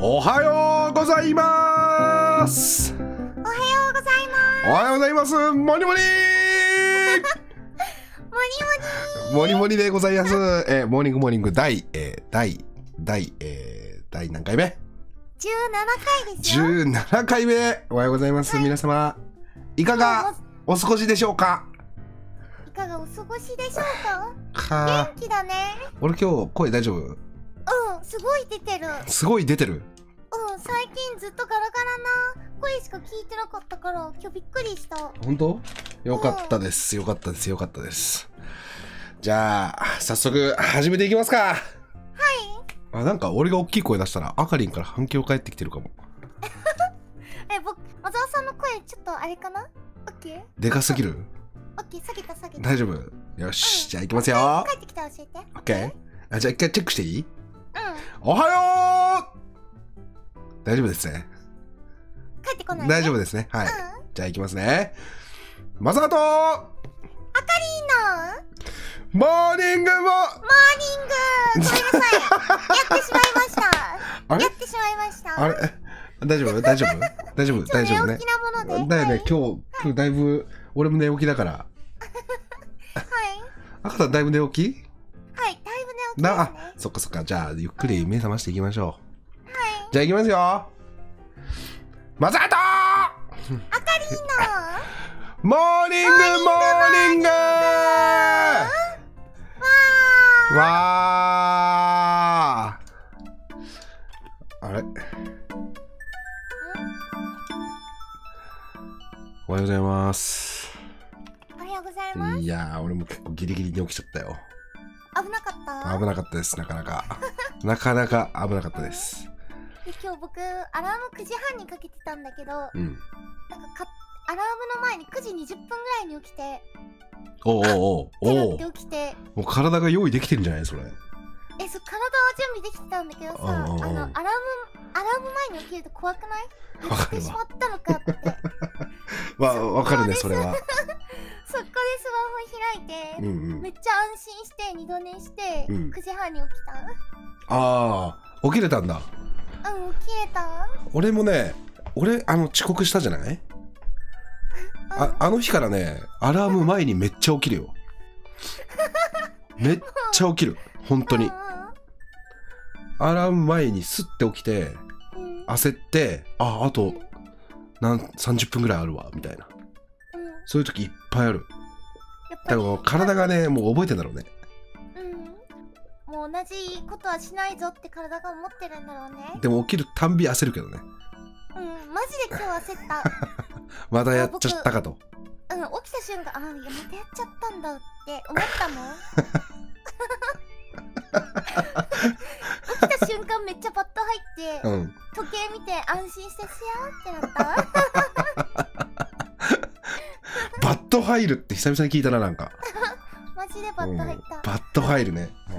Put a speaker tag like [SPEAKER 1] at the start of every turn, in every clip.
[SPEAKER 1] おはようございます
[SPEAKER 2] おはようございます。
[SPEAKER 1] おはようございますモニモニ
[SPEAKER 2] モニ
[SPEAKER 1] モニモニでございます、えーモーニングモーニング第、えー第第、えー第何回目
[SPEAKER 2] モニ。17回ですよ。
[SPEAKER 1] ?17 回目おはようございます皆様いかがお過ごしでしょうか
[SPEAKER 2] いかがお過ごしでしょうか
[SPEAKER 1] か
[SPEAKER 2] 元気だね。
[SPEAKER 1] 俺今日声大丈夫
[SPEAKER 2] うん、すごい出てる。
[SPEAKER 1] すごい出てる
[SPEAKER 2] うん、最近ずっとガラガラな声しか聞いてなかったから、今日びっくりした。は
[SPEAKER 1] 本当よかったですよかったですよかったですじゃあ早速始めていきますか
[SPEAKER 2] い。
[SPEAKER 1] あなんか俺が大きい声出したらあかりんから反響返ってきてるかも
[SPEAKER 2] え、僕、小沢さんの声ちょっとあれかなオッケー
[SPEAKER 1] でかすぎる
[SPEAKER 2] オッケー、下げた下げた。
[SPEAKER 1] 大丈夫よし、
[SPEAKER 2] うん
[SPEAKER 1] じゃあ行きますよ
[SPEAKER 2] 帰ってきたら教えて。
[SPEAKER 1] オッケーあじゃあ一回チェックしていい
[SPEAKER 2] うん、
[SPEAKER 1] おはよう大丈夫ですね
[SPEAKER 2] 帰ってこない、ね。
[SPEAKER 1] 大丈
[SPEAKER 2] 夫。
[SPEAKER 1] 夫ですねはい、
[SPEAKER 2] うん。
[SPEAKER 1] じゃあ行きますねまさと
[SPEAKER 2] いい
[SPEAKER 1] モ
[SPEAKER 2] な
[SPEAKER 1] ーニングも
[SPEAKER 2] モーニングごめんなさい。やってしまいました。
[SPEAKER 1] あれ
[SPEAKER 2] やってしまいました。
[SPEAKER 1] あれ大丈夫大丈夫大 丈夫大丈夫ね
[SPEAKER 2] ちょっと寝起きなもの
[SPEAKER 1] だ
[SPEAKER 2] で。
[SPEAKER 1] よ
[SPEAKER 2] は
[SPEAKER 1] ね
[SPEAKER 2] い、
[SPEAKER 1] 今日今日だいぶ俺も寝起きだから
[SPEAKER 2] はい。
[SPEAKER 1] 赤さんだいぶ寝起き
[SPEAKER 2] はい、だいぶ寝起きですね。
[SPEAKER 1] な
[SPEAKER 2] は
[SPEAKER 1] あそっかそっかじゃあゆっくり目覚ましていきましょうじゃあ行きますよまさと
[SPEAKER 2] い。明るいな。
[SPEAKER 1] モーニングモーニング
[SPEAKER 2] わ
[SPEAKER 1] わーあれおはようございます
[SPEAKER 2] ーおはようございます。
[SPEAKER 1] いやー俺も結構ギリギリに起きちゃったよ
[SPEAKER 2] 危なかった。
[SPEAKER 1] 危なかったですなかなかなかなか危なかったです
[SPEAKER 2] で今日僕、アラーム9時半にかけてたんだけど、なんか
[SPEAKER 1] うん
[SPEAKER 2] かアラームの前に9時20分ぐらいに起きて、
[SPEAKER 1] おうおうお
[SPEAKER 2] 手
[SPEAKER 1] う
[SPEAKER 2] が
[SPEAKER 1] おう
[SPEAKER 2] って起きて、
[SPEAKER 1] もう体が用意できてんじゃないそれ
[SPEAKER 2] え、そう、体は準備できてたんだけどさ、
[SPEAKER 1] うん
[SPEAKER 2] あ
[SPEAKER 1] うんうん
[SPEAKER 2] の、アラーム、アラーム前に起きると怖くない
[SPEAKER 1] わか
[SPEAKER 2] 寝て
[SPEAKER 1] る
[SPEAKER 2] し
[SPEAKER 1] わ
[SPEAKER 2] まった のかって。
[SPEAKER 1] わわかるねそれは
[SPEAKER 2] そこでスマホ開いて、
[SPEAKER 1] うんう
[SPEAKER 2] め
[SPEAKER 1] ん
[SPEAKER 2] っちゃ安心して二度寝して、
[SPEAKER 1] うん
[SPEAKER 2] 9時半に起き
[SPEAKER 1] ああ起きれたんだ
[SPEAKER 2] たうん起きれた
[SPEAKER 1] 俺もね俺あの遅刻したじゃない
[SPEAKER 2] うん
[SPEAKER 1] ああの日からねアラーム前にめっちゃ起きるよめっちゃ起きる本当にアラーム前にスッて起きて
[SPEAKER 2] うんうんうん
[SPEAKER 1] 焦ってああとなん30分ぐらいあるわみたいな
[SPEAKER 2] うん
[SPEAKER 1] そういう時いっぱいある
[SPEAKER 2] やっ
[SPEAKER 1] だ
[SPEAKER 2] ぱり
[SPEAKER 1] から体がねもう覚えてんだろうね
[SPEAKER 2] うんもう同じことはしないぞって体が思ってるんだろうね
[SPEAKER 1] でも起きるたんび焦るけどね
[SPEAKER 2] うんマジで今日焦っ
[SPEAKER 1] まだやっちゃったかと
[SPEAKER 2] たうん起きた瞬間あいやまたやっちゃったんだって思ったもん起きた瞬間めっちゃパッと入って
[SPEAKER 1] うん
[SPEAKER 2] 時計見て安心してしやーってなった
[SPEAKER 1] バッド入るって久々に聞いたななんか
[SPEAKER 2] マジでバッと入った、
[SPEAKER 1] うんバッド入るねあ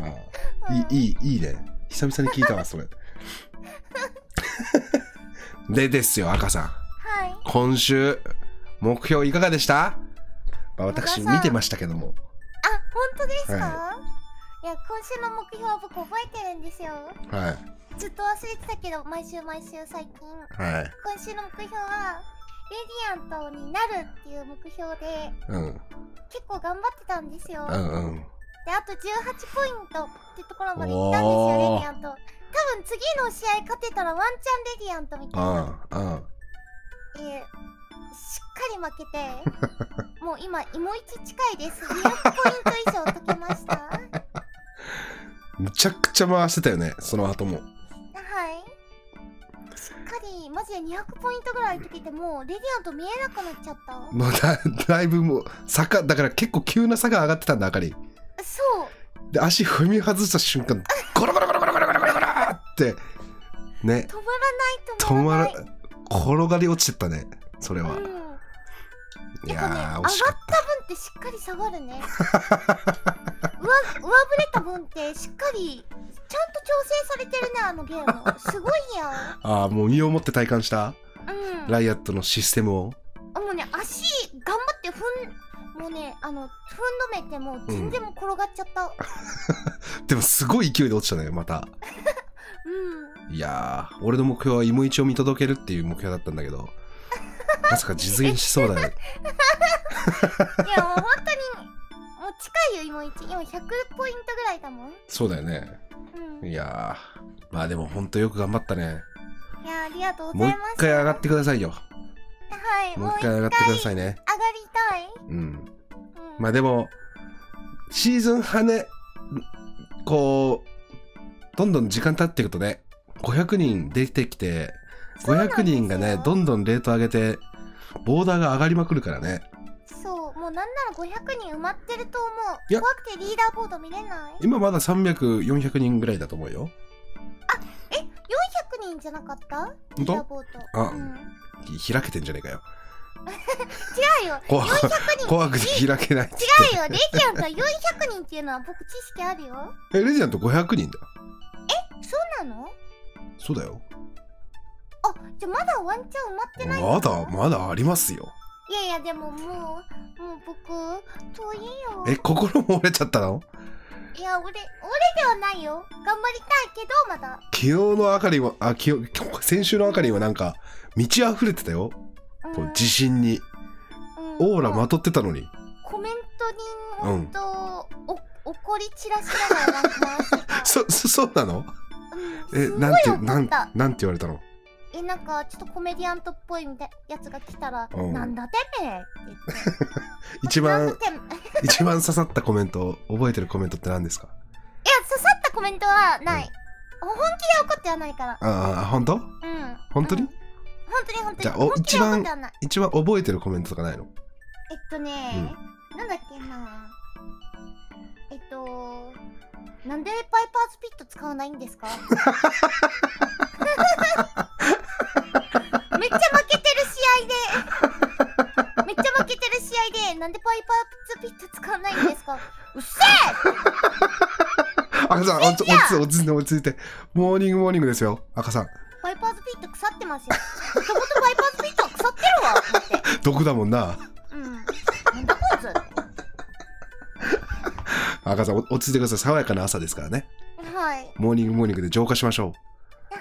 [SPEAKER 2] うん
[SPEAKER 1] ーいいいいいいね久々に聞いたわそれ でですよ赤さん
[SPEAKER 2] はい
[SPEAKER 1] 今週目標いかがでした、まあ、
[SPEAKER 2] 赤
[SPEAKER 1] 私
[SPEAKER 2] さん
[SPEAKER 1] 見てましたけども
[SPEAKER 2] あ、本当ですか、、
[SPEAKER 1] はい
[SPEAKER 2] や、今週の目標は僕覚えてるんですよ。
[SPEAKER 1] はい
[SPEAKER 2] ずっと忘れてたけど、毎週毎週最近。今
[SPEAKER 1] はい
[SPEAKER 2] 週の目標は、レディアントになるっていう目標で、
[SPEAKER 1] うん
[SPEAKER 2] 結構頑張ってたんですよ。
[SPEAKER 1] う
[SPEAKER 2] で、
[SPEAKER 1] んうん
[SPEAKER 2] あと18ポイントってところまで行ったんですよ、
[SPEAKER 1] おー
[SPEAKER 2] レディアント。多分次の試合勝てたらワンチャンレディアントみたいな。
[SPEAKER 1] あああ
[SPEAKER 2] えーしっかり負け て、もう今、芋一近いです。200ポイント以上解けました。は
[SPEAKER 1] むちゃくちゃ回してたよねその後も
[SPEAKER 2] い。しっかりマジで200ポイントぐらい解けてもうレディアント見えなくなっちゃった
[SPEAKER 1] もうだだいぶもう坂だから結構急な坂上がってたんだあかり
[SPEAKER 2] そう
[SPEAKER 1] で足踏み外した瞬間ゴロゴロゴロゴロゴロゴロゴロゴロってね
[SPEAKER 2] 止ま
[SPEAKER 1] 止ま
[SPEAKER 2] ら
[SPEAKER 1] ら
[SPEAKER 2] ない止まらない
[SPEAKER 1] 転がり落ちてったねそれは
[SPEAKER 2] うん、
[SPEAKER 1] い
[SPEAKER 2] やっぱね
[SPEAKER 1] や
[SPEAKER 2] 上
[SPEAKER 1] ー
[SPEAKER 2] が
[SPEAKER 1] 惜
[SPEAKER 2] っ
[SPEAKER 1] しかった
[SPEAKER 2] 分ってしっかり下がるね上上振れた分ってしっかりちゃんと調整されてるねあのゲームすごいや
[SPEAKER 1] たああもう身をもって体感した
[SPEAKER 2] んうん
[SPEAKER 1] ライアットのシステムを
[SPEAKER 2] もうね足頑張って踏んんもうねあの踏んどめてもう全然もう転がっちゃった
[SPEAKER 1] でもすごい勢いで落ちたねまた
[SPEAKER 2] うん
[SPEAKER 1] いやー俺の目標は芋一を見届けるっていう目標だったんだけ どまさか実現しそうだね
[SPEAKER 2] いやもう本当にもう近いよ今一今100ポイントぐらいだもん。
[SPEAKER 1] そうだよね
[SPEAKER 2] うん。い
[SPEAKER 1] いやーまあでもほんとよく頑張ったね
[SPEAKER 2] やありがとうご
[SPEAKER 1] もう
[SPEAKER 2] ざい
[SPEAKER 1] 一
[SPEAKER 2] ます。
[SPEAKER 1] 回上がってくださいよ
[SPEAKER 2] はい
[SPEAKER 1] も
[SPEAKER 2] も
[SPEAKER 1] う
[SPEAKER 2] う
[SPEAKER 1] 一回
[SPEAKER 2] 一回
[SPEAKER 1] 上
[SPEAKER 2] 上
[SPEAKER 1] が
[SPEAKER 2] が
[SPEAKER 1] ってくださいね
[SPEAKER 2] りたい。
[SPEAKER 1] うん
[SPEAKER 2] うん、
[SPEAKER 1] まあでもシーズン羽こうどんどん時間経っていくとね500人出てきて
[SPEAKER 2] そうなんです
[SPEAKER 1] 500
[SPEAKER 2] よ
[SPEAKER 1] 人がねどんどんレート上げてボーダーが上がりまくるからね
[SPEAKER 2] そうもうなんなら500人埋まってると思。
[SPEAKER 1] いうや
[SPEAKER 2] 怖くてリーダーボード見れない。
[SPEAKER 1] 今まだ300400人ぐらいだと思うよ
[SPEAKER 2] え400人じゃなかった？
[SPEAKER 1] ほん
[SPEAKER 2] リーダー
[SPEAKER 1] と
[SPEAKER 2] ボード。
[SPEAKER 1] あ
[SPEAKER 2] うん、
[SPEAKER 1] 開けてんじゃねえかよ
[SPEAKER 2] 違うよ。
[SPEAKER 1] 怖く
[SPEAKER 2] 400人。
[SPEAKER 1] 怖くて開けないって
[SPEAKER 2] 違うよ。レジェンドは400人っていうのは僕知識あるよ。
[SPEAKER 1] えレジェンド500人だよ
[SPEAKER 2] そうなの？
[SPEAKER 1] そうだよ
[SPEAKER 2] あじゃあまだワンチャン埋まってないの
[SPEAKER 1] まだまだありますよ
[SPEAKER 2] いやいやでももうもう僕遠いよ。
[SPEAKER 1] え心も折れちゃったの
[SPEAKER 2] いや、俺、俺ではないよ。頑張りたいけど、まだ。
[SPEAKER 1] 昨日のあかりはあ昨日今日先週のあかりはなんか満ち溢れてたよこう自信に
[SPEAKER 2] うん
[SPEAKER 1] オーラまとってたのに。
[SPEAKER 2] コメントにもっと、お怒り散らしながらなんか回してた
[SPEAKER 1] そそそうなの
[SPEAKER 2] うん
[SPEAKER 1] え
[SPEAKER 2] すごい
[SPEAKER 1] なんてな
[SPEAKER 2] 怒っ
[SPEAKER 1] ん
[SPEAKER 2] た。
[SPEAKER 1] なんて言われたの
[SPEAKER 2] え、なんか、ちょっとコメディアントっぽいみたいやつが来たら、
[SPEAKER 1] うん
[SPEAKER 2] なんだてめえって言って。
[SPEAKER 1] 一
[SPEAKER 2] なんだ
[SPEAKER 1] 番
[SPEAKER 2] てめえいや、刺
[SPEAKER 1] 一番刺さったコメント覚えてるコメントって何ですか
[SPEAKER 2] さったコメントはない。本気で怒ってはないから。
[SPEAKER 1] ああ本当
[SPEAKER 2] うん。
[SPEAKER 1] 本当に
[SPEAKER 2] うん本当に本当に。
[SPEAKER 1] じゃあお
[SPEAKER 2] 本気で怒
[SPEAKER 1] 一番
[SPEAKER 2] ってはない。
[SPEAKER 1] 一番覚えてるコメントとかないの
[SPEAKER 2] えっとね、なんだっけな。えっと、なんでパイパーズピット使わない んですかめっちゃ負けてる試合で、めっちゃ負けてる試合で、なんでパイパーズピット使わないんですかうっせ
[SPEAKER 1] 赤さん落ち落ち着いて落ち着いて落ち着いてモーニングモーニングですよ赤さん
[SPEAKER 2] えパイパーズピット腐ってますよ。もともとパイパーズピットは腐ってるわと思って。
[SPEAKER 1] 毒だもんな
[SPEAKER 2] うん。なんだこいつって
[SPEAKER 1] 赤さんお落ち着いてください爽やかな朝ですからね
[SPEAKER 2] はい。
[SPEAKER 1] モーニングモーニングで浄化しましょ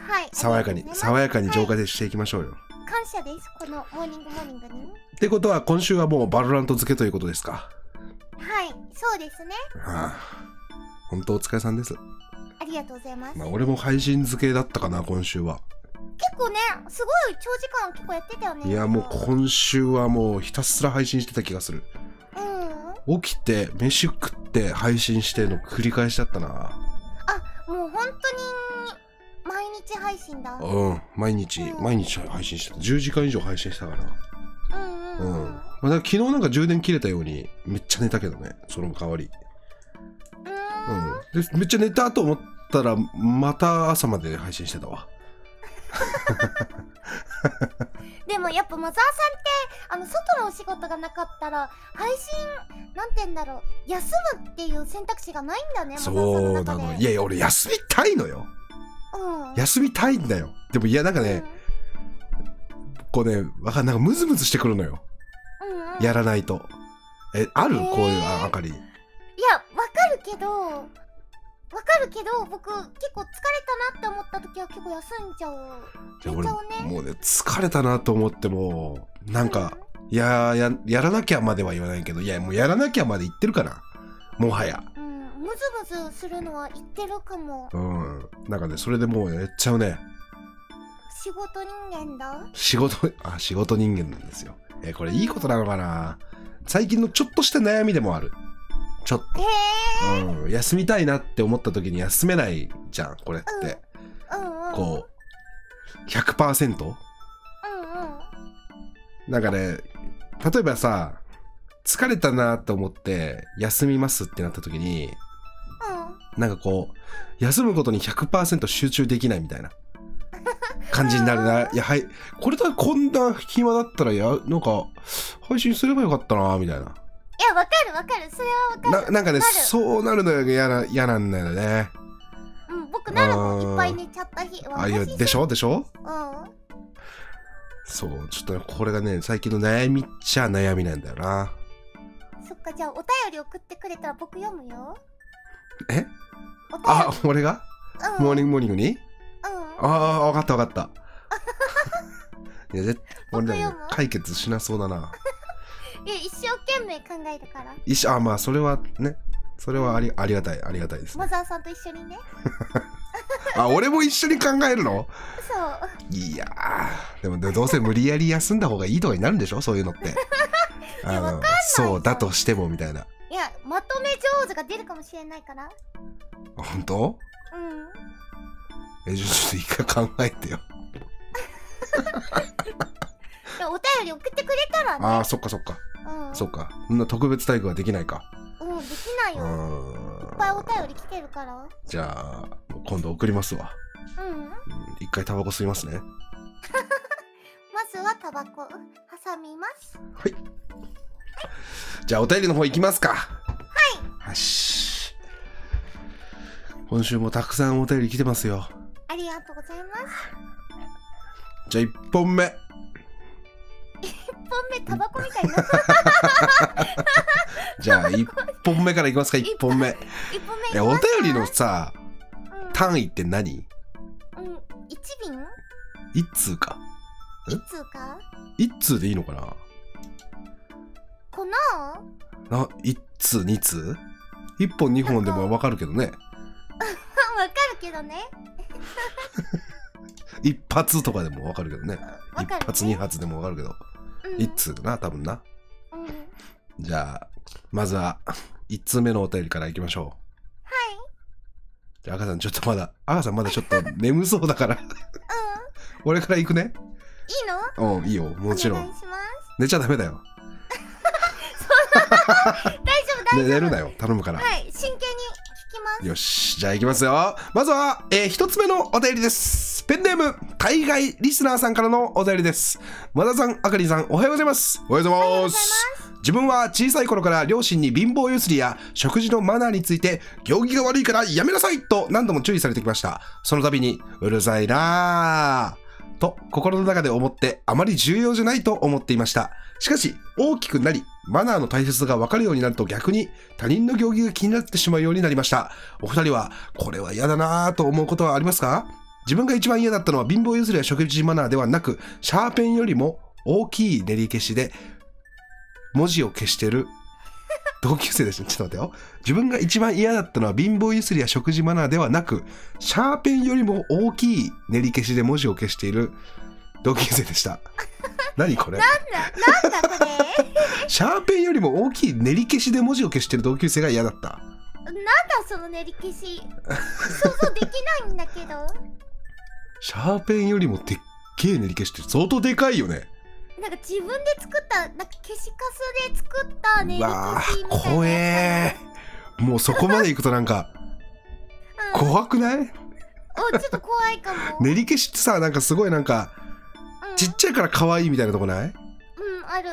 [SPEAKER 2] はい。
[SPEAKER 1] う爽やかに
[SPEAKER 2] ありがとうご
[SPEAKER 1] 爽
[SPEAKER 2] ざい
[SPEAKER 1] やかに浄化でしていきましょうよ、
[SPEAKER 2] ます感謝です、このモーニングモーニングに。
[SPEAKER 1] ってことは今週はもうバロラント漬けということですか
[SPEAKER 2] はい、そうですね。
[SPEAKER 1] はあ本当お疲れさんです、
[SPEAKER 2] ありがとうございます。
[SPEAKER 1] まあ、俺も配信漬けだったかな今週は
[SPEAKER 2] 結構ね、すごい長時間結構やってたよね。
[SPEAKER 1] いやもう今週はもうひたすら配信してた気がする
[SPEAKER 2] うん。
[SPEAKER 1] 起きて飯食って配信しての繰り返しだったな
[SPEAKER 2] もう本当に毎日配信だ。うん
[SPEAKER 1] うん毎日毎日配信してた10時間以上配信してたから
[SPEAKER 2] うん
[SPEAKER 1] う、
[SPEAKER 2] うんん。
[SPEAKER 1] ま
[SPEAKER 2] う
[SPEAKER 1] あ、だから昨日なんか充電切れたようにめっちゃ寝たけどねその代わり、
[SPEAKER 2] ーん。
[SPEAKER 1] うん、でめっちゃ寝たと思ったらまた朝まで配信してたわ
[SPEAKER 2] でもやっぱマザーさんってあの外のお仕事がなかったら配信なんて言うんだろう休むっていう選択肢がないんだね。マザーさん
[SPEAKER 1] そ
[SPEAKER 2] の
[SPEAKER 1] うな
[SPEAKER 2] 中で
[SPEAKER 1] のいやいや俺休みたいのよ
[SPEAKER 2] うん。
[SPEAKER 1] 休みたいんだよでもいやなんか
[SPEAKER 2] うん
[SPEAKER 1] ね、こうねわかんなんかムズムズしてくるのよ
[SPEAKER 2] うんうん。い
[SPEAKER 1] や
[SPEAKER 2] や
[SPEAKER 1] らないとえある
[SPEAKER 2] へー
[SPEAKER 1] こういうああかり
[SPEAKER 2] わかるけど。わかるけど僕結構疲れたなって思った時は結構休んじゃう。
[SPEAKER 1] じゃあ俺
[SPEAKER 2] 寝ちゃうね
[SPEAKER 1] もうね疲れたなと思ってもなんか、いやーややらなきゃまでは言わないけどいやもうやらなきゃまで言ってるからもはや
[SPEAKER 2] うん、ムズムズするのは言ってるかも
[SPEAKER 1] うんなんかねそれでもうやっちゃうね
[SPEAKER 2] 仕事人間だ
[SPEAKER 1] 仕事あ仕事人間なんですよえこれいいことなのかな最近のちょっとした悩みでもあるちょっと
[SPEAKER 2] え
[SPEAKER 1] うん、休みたいなって思った時に休めないじゃんこれって、
[SPEAKER 2] えー、うんうん
[SPEAKER 1] こう100%
[SPEAKER 2] うんうん
[SPEAKER 1] なんかね例えばさ疲れたなと思って休みますってなった時に
[SPEAKER 2] うん
[SPEAKER 1] なんかこう休むことに100%集中できないみ たいな感じになるないやはいこれだこんな暇だったらやなんか配信すればよかったなみたいない
[SPEAKER 2] やわかるわかるそれはわかる
[SPEAKER 1] ななんかね
[SPEAKER 2] なる
[SPEAKER 1] そうなるのが嫌な嫌なんだよね
[SPEAKER 2] うん僕なるも
[SPEAKER 1] あー
[SPEAKER 2] んいっぱい寝ちゃった日
[SPEAKER 1] ああいう
[SPEAKER 2] 私
[SPEAKER 1] でしょでしょ
[SPEAKER 2] うんあ
[SPEAKER 1] そう、ちょっとね、これがね、最近の悩みっちゃ悩みなんだよな。
[SPEAKER 2] かじゃあお便り送ってくれたら僕読むよ
[SPEAKER 1] え
[SPEAKER 2] お便
[SPEAKER 1] あ俺が
[SPEAKER 2] りうん
[SPEAKER 1] モーニングモーニングに
[SPEAKER 2] うん
[SPEAKER 1] ああ分かった分かっ たいや絶俺ら
[SPEAKER 2] 僕
[SPEAKER 1] ね
[SPEAKER 2] 読む
[SPEAKER 1] 解決しなそうだない
[SPEAKER 2] や一生懸命考えるから
[SPEAKER 1] 一緒あまあそれはねそれはありありがたいありがたいですね
[SPEAKER 2] モザーさんと一緒にね
[SPEAKER 1] あ俺も一緒に考えるの
[SPEAKER 2] そう
[SPEAKER 1] いやーでもでもどうせ無理やり休んだ方がいいとかになるんでしょそういうのって
[SPEAKER 2] やわかんない
[SPEAKER 1] そうだとしてもみたいない
[SPEAKER 2] やまとめ上手が出るかもしれないから
[SPEAKER 1] 本当
[SPEAKER 2] うん
[SPEAKER 1] えじゃあちょっと一回考えてよ
[SPEAKER 2] いやお便り送ってくれたらね
[SPEAKER 1] あーそっかそっか
[SPEAKER 2] うん
[SPEAKER 1] そっかそんな特別待遇はできないか
[SPEAKER 2] うんできないよ
[SPEAKER 1] うん
[SPEAKER 2] いっぱいお便り来てるから
[SPEAKER 1] じゃあもう今度送りますわ
[SPEAKER 2] うん
[SPEAKER 1] うん一回タバコ吸いますね
[SPEAKER 2] まずはタバコ挟みます
[SPEAKER 1] じゃあお便りの方行きますかはいよし今週もたくさんお便り来てますよ
[SPEAKER 2] ありがとうございます
[SPEAKER 1] じゃあ1本目
[SPEAKER 2] 1本目タバコみた いな
[SPEAKER 1] じゃあ1本目からいきます か1本目
[SPEAKER 2] 1本目
[SPEAKER 1] え
[SPEAKER 2] い
[SPEAKER 1] お便
[SPEAKER 2] き
[SPEAKER 1] りのさ
[SPEAKER 2] ますか
[SPEAKER 1] 単位って何
[SPEAKER 2] うん、うん、1瓶
[SPEAKER 1] 一通かえ
[SPEAKER 2] いつか
[SPEAKER 1] 一通でいいのかな
[SPEAKER 2] この
[SPEAKER 1] な一通二通一本二本でもわかるけどね
[SPEAKER 2] あわかるけどね
[SPEAKER 1] 一発とかでもわかるけどね
[SPEAKER 2] わ
[SPEAKER 1] 一
[SPEAKER 2] かる、ね、
[SPEAKER 1] 発二発でもわかるけど
[SPEAKER 2] うん
[SPEAKER 1] 一通だな多分な
[SPEAKER 2] うん、はい
[SPEAKER 1] じゃあまずは一通目のお便りからいきましょうじゃあ赤さんちょっとまだ赤さんまだちょっと眠そうだから俺から行くね
[SPEAKER 2] いいの
[SPEAKER 1] うんいいよもちろ
[SPEAKER 2] お願
[SPEAKER 1] ん
[SPEAKER 2] いします
[SPEAKER 1] 寝ちゃダメだよ、
[SPEAKER 2] 大丈夫大丈夫、
[SPEAKER 1] ね、寝るなよ頼むから
[SPEAKER 2] はい真剣に聞きます
[SPEAKER 1] よし、じゃあ行きますよ。まずは、えー一つ目のお便りです。ペンネーム、海外リスナーさんからのお便りです。和田さん、あかりんさん、おはようございます。おはようございます。自分は小さい頃から両親に貧乏ゆすりや食事のマナーについて、行儀が悪いからやめなさいと何度も注意されてきました。その度に、うるさいなぁ。と心の中で思ってあまり重要じゃないと思っていましたしかし大きくなりマナーの大切さが分かるようになると逆に他人の行儀が気になってしまうようになりましたお二人はこれは嫌だなぁと思うことはありますか自分が一番嫌だったのは貧乏ゆすりや食事マナーではなくシャーペンよりも大きい練り消しで文字を消してる同級生ですねちょっと待ってよ自分が一番嫌だったのは貧乏ゆすりや食事マナーではなくシャーペンよりも大きい練り消しで文字を消している同級生でした何これ
[SPEAKER 2] なんだなんだこれ
[SPEAKER 1] シャーペンよりも大きい練り消しで文字を消してる同級生が嫌だった
[SPEAKER 2] なんだその練り消し想像できないんだけど
[SPEAKER 1] シャーペンよりもでっけえ練り消しって相当でかいよね
[SPEAKER 2] なんか自分で作ったなんか消しカスで作った練
[SPEAKER 1] う
[SPEAKER 2] り
[SPEAKER 1] わ
[SPEAKER 2] 消
[SPEAKER 1] あ
[SPEAKER 2] しみたいな
[SPEAKER 1] 怖
[SPEAKER 2] や
[SPEAKER 1] えもうそこまで行くとなんか
[SPEAKER 2] つうん、
[SPEAKER 1] 怖くない
[SPEAKER 2] おちょっと怖いかも、
[SPEAKER 1] 練り消しってさなんかすごいなんか
[SPEAKER 2] うん、
[SPEAKER 1] ちっちゃいから可愛いみたいなとこない
[SPEAKER 2] うんある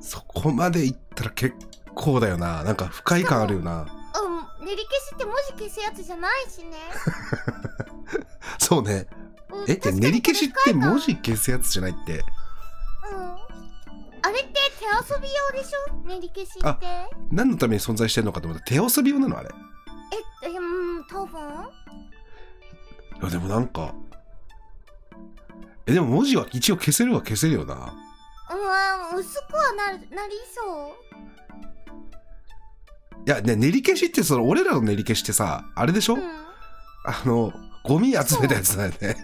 [SPEAKER 1] そこまで行ったら結構だよななんか不快感あるよな
[SPEAKER 2] うん練り消しって文字消すやつじゃないしね、
[SPEAKER 1] そうね
[SPEAKER 2] うん、
[SPEAKER 1] えじゃあ
[SPEAKER 2] 確かに
[SPEAKER 1] 練り消しって文
[SPEAKER 2] う
[SPEAKER 1] 字消すやつじゃないって
[SPEAKER 2] んあれって手遊び用でしょ練り消しって
[SPEAKER 1] 何のために存在してるのかと思ったら手遊び用なのあれ
[SPEAKER 2] えっうん多分
[SPEAKER 1] いやでもなんかえでも文字は一応消せるは消せるよな
[SPEAKER 2] うん薄くはなるなりそう
[SPEAKER 1] いやね練り消しってその俺らの練り消しってさあれでしょ、
[SPEAKER 2] うん
[SPEAKER 1] あのゴミ集めたやつだよね
[SPEAKER 2] そう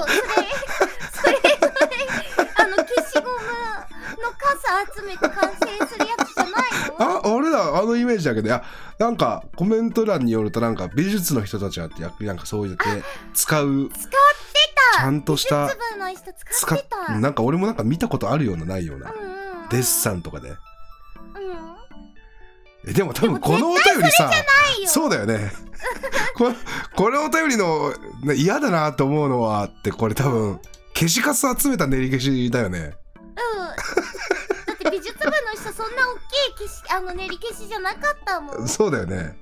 [SPEAKER 2] それそれそれあの消しゴムの傘集めて完成するやつじゃないの
[SPEAKER 1] あ俺らあのイメージだけどいやなんかコメント欄によるとなんか美術の人たちはってやっぱりなんかそうやって使う
[SPEAKER 2] 使って
[SPEAKER 1] ち
[SPEAKER 2] た
[SPEAKER 1] ゃんとした
[SPEAKER 2] 美術部の人使
[SPEAKER 1] 使
[SPEAKER 2] っ
[SPEAKER 1] って
[SPEAKER 2] た
[SPEAKER 1] なんか俺もなんか見たことあるようなないような
[SPEAKER 2] うんうんうん
[SPEAKER 1] デッサンとかで
[SPEAKER 2] うん
[SPEAKER 1] えでも多分このお便りさ
[SPEAKER 2] いいよ
[SPEAKER 1] そうだよ ねここれお便りのね嫌だなと思うのはってこれ多分消しカス集めた練り消しだよね
[SPEAKER 2] うんだって美術部の人そんな大きい消しあの練り消しじゃなかったもんうん
[SPEAKER 1] そうだよね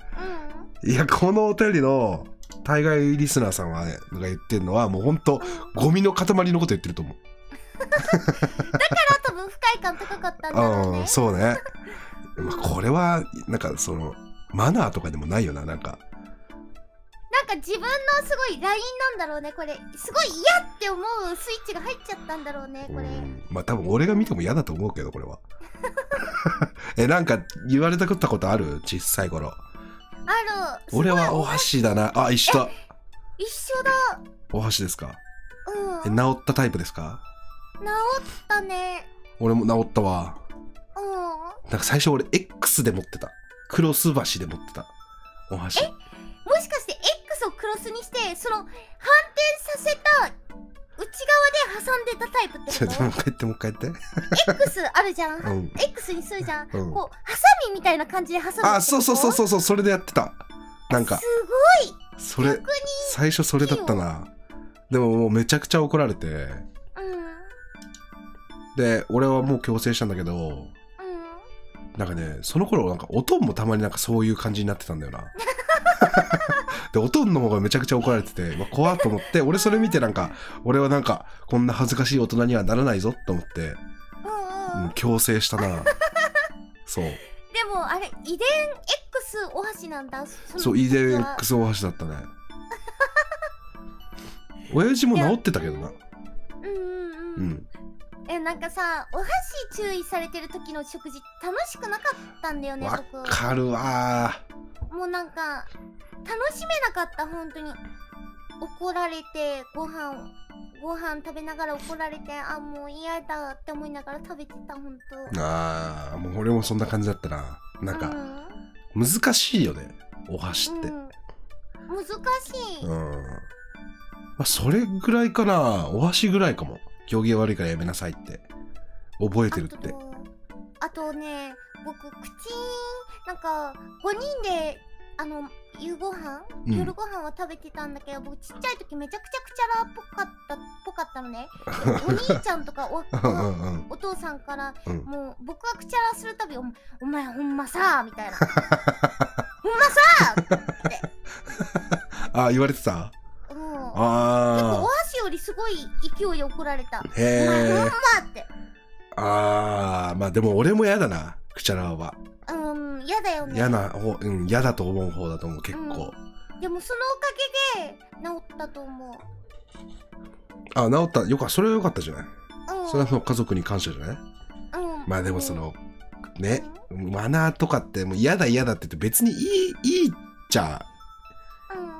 [SPEAKER 1] いやこのお便りの対外リスナーさんは、ね、が言ってるのはもうほんと
[SPEAKER 2] うん
[SPEAKER 1] ゴミの塊のこと言ってると思う
[SPEAKER 2] だから多分不快感高かったんだろう
[SPEAKER 1] う
[SPEAKER 2] ね
[SPEAKER 1] んそうねまあ、これはなんかそのマナーとかでもないよななんか
[SPEAKER 2] なんか自分のすごいラインなんだろうねこれすごい嫌って思うスイッチが入っちゃったんだろうねこれ
[SPEAKER 1] うんまあ多分俺が見ても嫌だと思うけどこれは えなんか言われたくったことある小さい頃
[SPEAKER 2] ある
[SPEAKER 1] 俺はお箸だなあ一緒だ
[SPEAKER 2] 一緒だ
[SPEAKER 1] お箸ですか
[SPEAKER 2] うん
[SPEAKER 1] え
[SPEAKER 2] 治
[SPEAKER 1] 治ったタイプですか
[SPEAKER 2] ったね
[SPEAKER 1] 俺も治ったわ
[SPEAKER 2] うん
[SPEAKER 1] なんか最初俺 X で持ってたクロス箸で持ってたお箸
[SPEAKER 2] もしかして X をクロスにしてその反転させた内側で挟んでたタイプ
[SPEAKER 1] ちょっ
[SPEAKER 2] っ
[SPEAKER 1] ともう
[SPEAKER 2] て
[SPEAKER 1] 一回言
[SPEAKER 2] こ
[SPEAKER 1] ってもう一回言って
[SPEAKER 2] と X あるじゃん、
[SPEAKER 1] うん
[SPEAKER 2] X にするじゃん、
[SPEAKER 1] うん
[SPEAKER 2] こうハサミみたいな感じで挟むってこと
[SPEAKER 1] あそうそうそうそうそうそれでやってたなんか
[SPEAKER 2] す
[SPEAKER 1] そ
[SPEAKER 2] ごい
[SPEAKER 1] れ
[SPEAKER 2] 逆に
[SPEAKER 1] 最初それだったなでももうめちゃくちゃ怒られて
[SPEAKER 2] う
[SPEAKER 1] で俺はもう強制したんだけど
[SPEAKER 2] んうん
[SPEAKER 1] なんかねその頃なんかおとんもたまになんかそういう感じになってたんだ よなでおとんの方がめちゃくちゃ怒られててうわ怖っと思って俺それ見てなんか俺はなんかこんな恥ずかしい大人にはならないぞと思って、
[SPEAKER 2] うんうん、
[SPEAKER 1] うん、強制した なそう
[SPEAKER 2] でもあれ遺伝 X お箸なんだその
[SPEAKER 1] そう遺伝
[SPEAKER 2] 時は
[SPEAKER 1] X 大橋だったね親父も治ってたけどな
[SPEAKER 2] うんうん
[SPEAKER 1] う
[SPEAKER 2] うん、
[SPEAKER 1] ん
[SPEAKER 2] えなんかさお箸注意されてる時の食事楽しくなかったんだよね
[SPEAKER 1] わ
[SPEAKER 2] 僕
[SPEAKER 1] かるわ
[SPEAKER 2] もうなんか楽しめなかった本当に怒られてご飯をご飯食べながら怒られてあもう嫌だって思いながら食べてた本
[SPEAKER 1] ーあーもう俺もそんな感じだったな
[SPEAKER 2] 当
[SPEAKER 1] なんか難しいよねお箸って
[SPEAKER 2] うん、難しい、
[SPEAKER 1] うん、まあ、それぐらいかなお箸ぐらいかも行儀悪いからやめなさいって覚えてるって
[SPEAKER 2] あとあとね僕口なんか5人であの夕ご飯、
[SPEAKER 1] うん
[SPEAKER 2] 夜ご飯は食べてたんだけど僕ちっちゃい時めちゃくちゃくちゃらっぽかったぽかったの ねお兄ちゃんとかお
[SPEAKER 1] うんうんうん
[SPEAKER 2] お父さんから
[SPEAKER 1] うん
[SPEAKER 2] もう僕がくちゃらするたびお「お前ほんまさ」み たいな「ほんまさ」
[SPEAKER 1] あ言われてた
[SPEAKER 2] うん結 構お
[SPEAKER 1] あ
[SPEAKER 2] 箸よりすごい勢いで怒られた「
[SPEAKER 1] ー
[SPEAKER 2] お前ほん
[SPEAKER 1] へ
[SPEAKER 2] ま
[SPEAKER 1] え」
[SPEAKER 2] って
[SPEAKER 1] あーまあでも俺も嫌だなくちゃらは
[SPEAKER 2] うん嫌だよね
[SPEAKER 1] 嫌な方うん嫌だと思う方だと思う結構、
[SPEAKER 2] でもそのおかげで治ったと思う。
[SPEAKER 1] あ治ったよかそれはよかったじゃない
[SPEAKER 2] うん、
[SPEAKER 1] それはその家族に感謝じゃない
[SPEAKER 2] うん、
[SPEAKER 1] まあでもそのねマナーとかってもう嫌だ嫌だって言って別にいいいいっちゃ
[SPEAKER 2] うん、うん、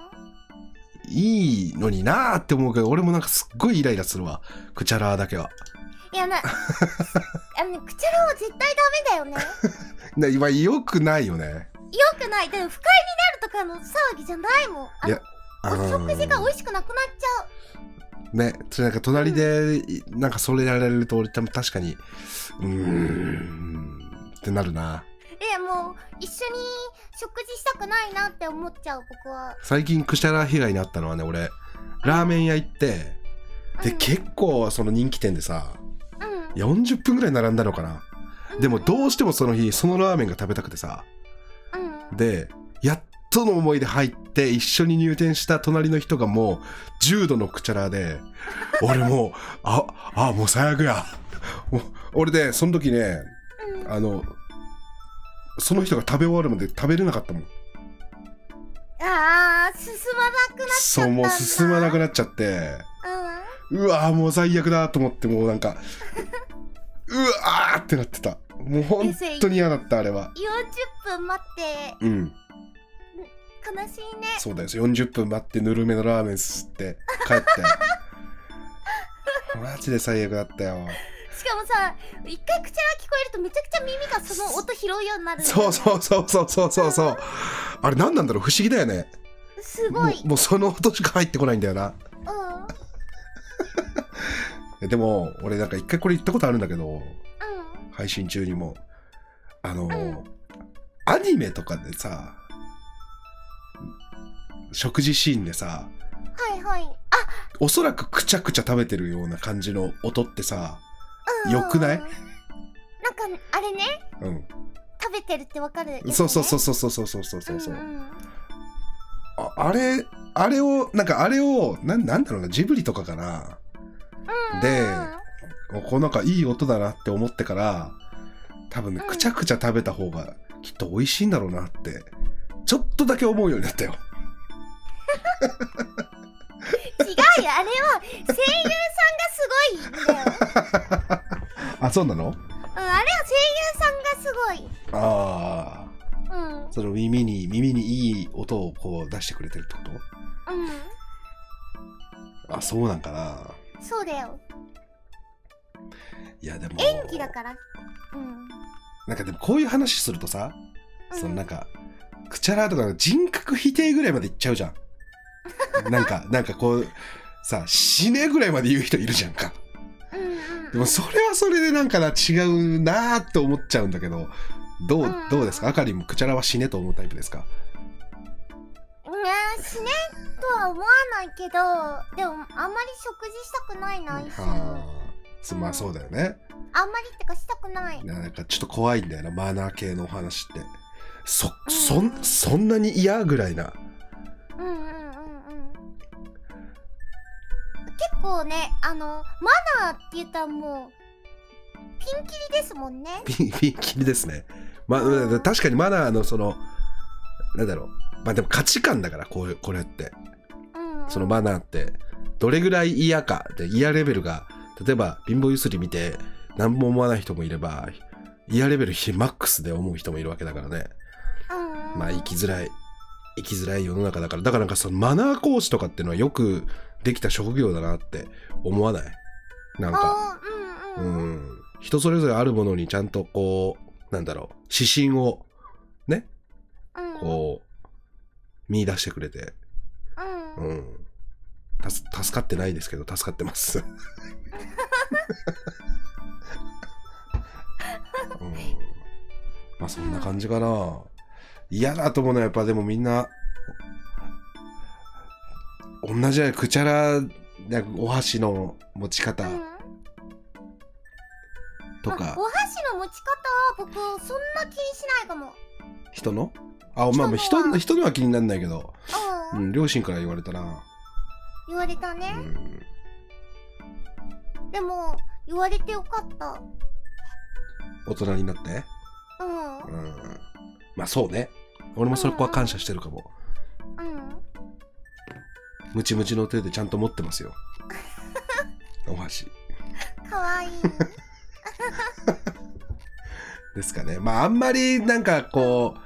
[SPEAKER 1] いいのになーって思うけど俺もなんかすっごいイライラするわくちゃらーだけはい
[SPEAKER 2] やな あのねくちゃらは絶対ダメだよね
[SPEAKER 1] ね
[SPEAKER 2] よ
[SPEAKER 1] 今よくないよね
[SPEAKER 2] くないでも不快になるとかの騒ぎじゃないもんあ
[SPEAKER 1] い
[SPEAKER 2] の
[SPEAKER 1] やあ
[SPEAKER 2] お
[SPEAKER 1] ー
[SPEAKER 2] 食事が美味しくなくなっちゃう
[SPEAKER 1] ねそれなんか隣でいなんかそれやられると俺多分確かにうーんってなるない
[SPEAKER 2] やもう一緒に食事したくないなって思っちゃう僕は
[SPEAKER 1] 最近くちゃら被害になったのはね俺ラーメン屋行ってで
[SPEAKER 2] うん
[SPEAKER 1] 結構その人気店でさ
[SPEAKER 2] うん
[SPEAKER 1] 40分ぐらい並んだのかな
[SPEAKER 2] うん
[SPEAKER 1] でもどうしてもその日そのラーメンが食べたくてさ
[SPEAKER 2] うん
[SPEAKER 1] でやっとの思いで入って一緒に入店した隣の人がもう重度のくちゃらで俺もうああもう最悪やもう俺でその時ね
[SPEAKER 2] うん
[SPEAKER 1] あのその人が食べ終わるまで食べれなかったもん
[SPEAKER 2] あー進まなくなっちゃったんだ
[SPEAKER 1] そうもう進まなく
[SPEAKER 2] な
[SPEAKER 1] なっちゃって
[SPEAKER 2] うん
[SPEAKER 1] うわーもう最悪だと思ってもうなんかうわーってなってたもう本当に嫌だったあれは
[SPEAKER 2] 40分待って
[SPEAKER 1] うん
[SPEAKER 2] 悲しいね
[SPEAKER 1] そうだよ40分待ってぬるめのラーメンすすって帰ってマジで最悪だったよ
[SPEAKER 2] しかもさ一回口から聞こえるとめちゃくちゃ耳がその音拾うようになるんだよね
[SPEAKER 1] そうそうそうそうそうそうそうあれ何なんだろう不思議だよね
[SPEAKER 2] す
[SPEAKER 1] も
[SPEAKER 2] ごいう
[SPEAKER 1] もうその音しか入ってこないんだよな
[SPEAKER 2] う
[SPEAKER 1] えでも俺なんか一回これ言ったことあるんだけど
[SPEAKER 2] んうん
[SPEAKER 1] 配信中にもあのー
[SPEAKER 2] う
[SPEAKER 1] アニメとかでさ食事シーンでさ
[SPEAKER 2] はいはい
[SPEAKER 1] おそらくくちゃくちゃ食べてるような感じの音ってさ
[SPEAKER 2] あうん
[SPEAKER 1] よくない
[SPEAKER 2] なんかあれね
[SPEAKER 1] うん
[SPEAKER 2] 食べてるってわかるやつね
[SPEAKER 1] そうそうそうそうそうそうそうそうそう、
[SPEAKER 2] んん
[SPEAKER 1] ああれあれをなんかあれをなんなんだろうなジブリとかかな
[SPEAKER 2] うん
[SPEAKER 1] でこうなんかいい音だなって思ってから多分ね、
[SPEAKER 2] うん
[SPEAKER 1] くちゃくちゃ食べた方がきっと美味しいんだろうなってちょっとだけ思うようになったよ
[SPEAKER 2] 違うよあれは声優さんがすごいんだよ、うん、あれは
[SPEAKER 1] あそうなの
[SPEAKER 2] 声優さんがすごい
[SPEAKER 1] ああ
[SPEAKER 2] うん
[SPEAKER 1] その耳に耳にいい音をこう出してくれてるってこ
[SPEAKER 2] う
[SPEAKER 1] とあそうなんかなん
[SPEAKER 2] そうだよ
[SPEAKER 1] いやでも
[SPEAKER 2] 演技だからうん
[SPEAKER 1] なんかでもこういう話するとさ、
[SPEAKER 2] うん
[SPEAKER 1] そのなんかくちゃらとか人格否定ぐらいまでいっちゃうじゃん なんかなんかこうさ死ねぐらいまで言う人いるじゃんか
[SPEAKER 2] うんうん
[SPEAKER 1] でもそれはそれでなんかな違うなーって思っちゃうんだけどど
[SPEAKER 2] う
[SPEAKER 1] うんどうですかあかりんもくちゃらは死ねと思うタイプですか
[SPEAKER 2] うん死ねとは思わないけどでもあんまり食事したくないな一緒に
[SPEAKER 1] はあそまあそうだよね
[SPEAKER 2] あんまりってかしたくない
[SPEAKER 1] なんかちょっと怖いんだよなマナー系のお話ってそ
[SPEAKER 2] ん
[SPEAKER 1] そんそんなに嫌ぐらいな
[SPEAKER 2] うんうんうんうん結構ねあのマナーって言ったらもうピンキリですもんね
[SPEAKER 1] ピンピンキリですね。ま
[SPEAKER 2] うん
[SPEAKER 1] あ、確かにマナーのその、なんだろう。まあでも価値観だから、こういうこれって。
[SPEAKER 2] うんうん
[SPEAKER 1] そのマナーって、どれぐらい嫌かで、嫌レベルが、例えば貧乏ゆすり見て、何も思わない人もいれば、嫌レベルマックスで思う人もいるわけだからね。
[SPEAKER 2] うんうん
[SPEAKER 1] まあ生きづらい、生きづらい世の中だから。だからなんかそのマナー講師とかっていうのはよくできた職業だなって思わないなんか。
[SPEAKER 2] あーうんうん
[SPEAKER 1] うん、人それぞれあるものにちゃんとこうなんだろう指針を
[SPEAKER 2] うん
[SPEAKER 1] こう見出してくれて、
[SPEAKER 2] うんう
[SPEAKER 1] うんん、たす助かってないですけど助かって ます、うん、まあそんな感じかな嫌だと思うのはやっぱでもみんな同じだよくちゃらなんかお箸の持ち方と
[SPEAKER 2] まあ
[SPEAKER 1] か、
[SPEAKER 2] お箸の持ち方は僕そんな気にしないかも
[SPEAKER 1] 人のあまあまあ
[SPEAKER 2] 人
[SPEAKER 1] 人
[SPEAKER 2] のは
[SPEAKER 1] の人のは気にならないけど、
[SPEAKER 2] う
[SPEAKER 1] うんん、両親から言われたな、
[SPEAKER 2] 言われた
[SPEAKER 1] う
[SPEAKER 2] ね
[SPEAKER 1] ん、
[SPEAKER 2] でも言われてよかった
[SPEAKER 1] 大人になって、
[SPEAKER 2] うん
[SPEAKER 1] うん、まあそうね俺もそこは感謝してるかも
[SPEAKER 2] うん
[SPEAKER 1] ムチムチの手でちゃんと持ってますよ お箸
[SPEAKER 2] かわいい
[SPEAKER 1] ですかねまああんまりなんかこう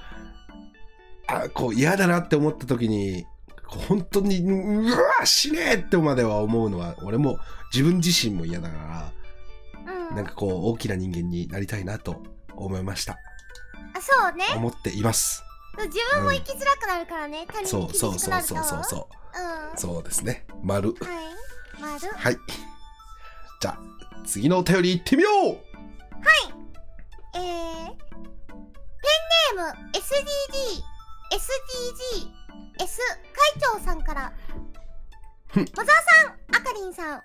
[SPEAKER 1] あこう嫌だなって思った時にこう本当にうわ死ねえってまでは思うのは俺も自分自身も嫌だから
[SPEAKER 2] うん
[SPEAKER 1] なんかこう大きな人間になりたいなと思いました
[SPEAKER 2] あそうね
[SPEAKER 1] 思っています
[SPEAKER 2] 自分も生きづらくなるからね、他人
[SPEAKER 1] そ
[SPEAKER 2] に
[SPEAKER 1] う
[SPEAKER 2] 厳しく
[SPEAKER 1] そうそ
[SPEAKER 2] な
[SPEAKER 1] う
[SPEAKER 2] ると
[SPEAKER 1] そうそうそう
[SPEAKER 2] うん
[SPEAKER 1] そうですね丸
[SPEAKER 2] はい丸
[SPEAKER 1] はいじゃあ次のお便り行ってみよう
[SPEAKER 2] えー、ペンネーム SDGSDGS 会長さんから
[SPEAKER 1] ふ
[SPEAKER 2] 野
[SPEAKER 1] ん
[SPEAKER 2] 沢さん、あかりんさん、おはも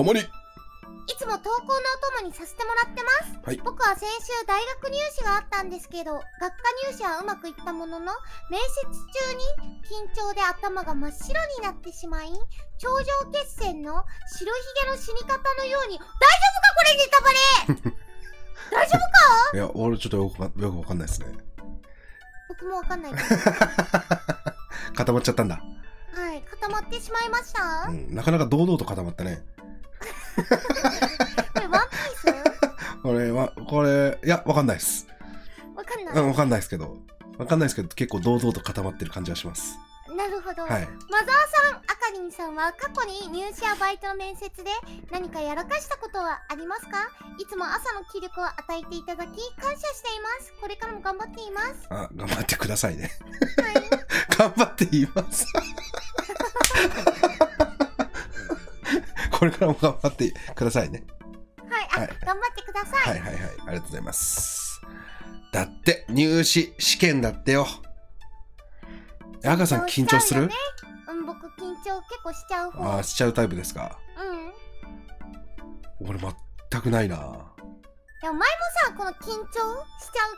[SPEAKER 1] おもり
[SPEAKER 2] にいつも投稿のお供にさせてもらってます、
[SPEAKER 1] はい
[SPEAKER 2] 僕は先週大学入試があったんですけど学科入試はうまくいったものの面接中に緊張で頭が真っ白になってしまい頂上決戦の白ひげの死に方のように大丈夫かこれネタバレ大丈夫
[SPEAKER 1] いや俺ちょっとよくわよくわかんないですね
[SPEAKER 2] 僕もわかんないです
[SPEAKER 1] 固まっちゃったんだ、
[SPEAKER 2] はい、固まってしまいました。
[SPEAKER 1] う
[SPEAKER 2] こ
[SPEAKER 1] ん、なかなか堂々と固まったね
[SPEAKER 2] れワンピース？
[SPEAKER 1] これはこれいやわかんないです
[SPEAKER 2] わかん
[SPEAKER 1] うん
[SPEAKER 2] な
[SPEAKER 1] わかんないですけどわかんないですけど結構堂々と固まってる感じはします
[SPEAKER 2] い。なるほど。
[SPEAKER 1] はい
[SPEAKER 2] マザーさん、あかりんさんは過去に入試やバイトの面接で何かやらかしたことはありますか？いつも朝の気力を与えていただき感謝しています。これからも頑張っています。
[SPEAKER 1] あ頑張ってくださいね
[SPEAKER 2] はい。
[SPEAKER 1] 頑張って言います これからも頑張ってくださいね
[SPEAKER 2] はい。あ、
[SPEAKER 1] はい
[SPEAKER 2] 頑張ってください。
[SPEAKER 1] はいはいはい、ありがとうございます。だって、入試、試験だってよ。え赤さん緊張する、
[SPEAKER 2] 緊張しちゃうよねうん、僕緊張結構しちゃう方。
[SPEAKER 1] ああ、しちゃうタイプですか。
[SPEAKER 2] うん。
[SPEAKER 1] 俺全くないな。
[SPEAKER 2] でも前もさ、この緊張しちゃう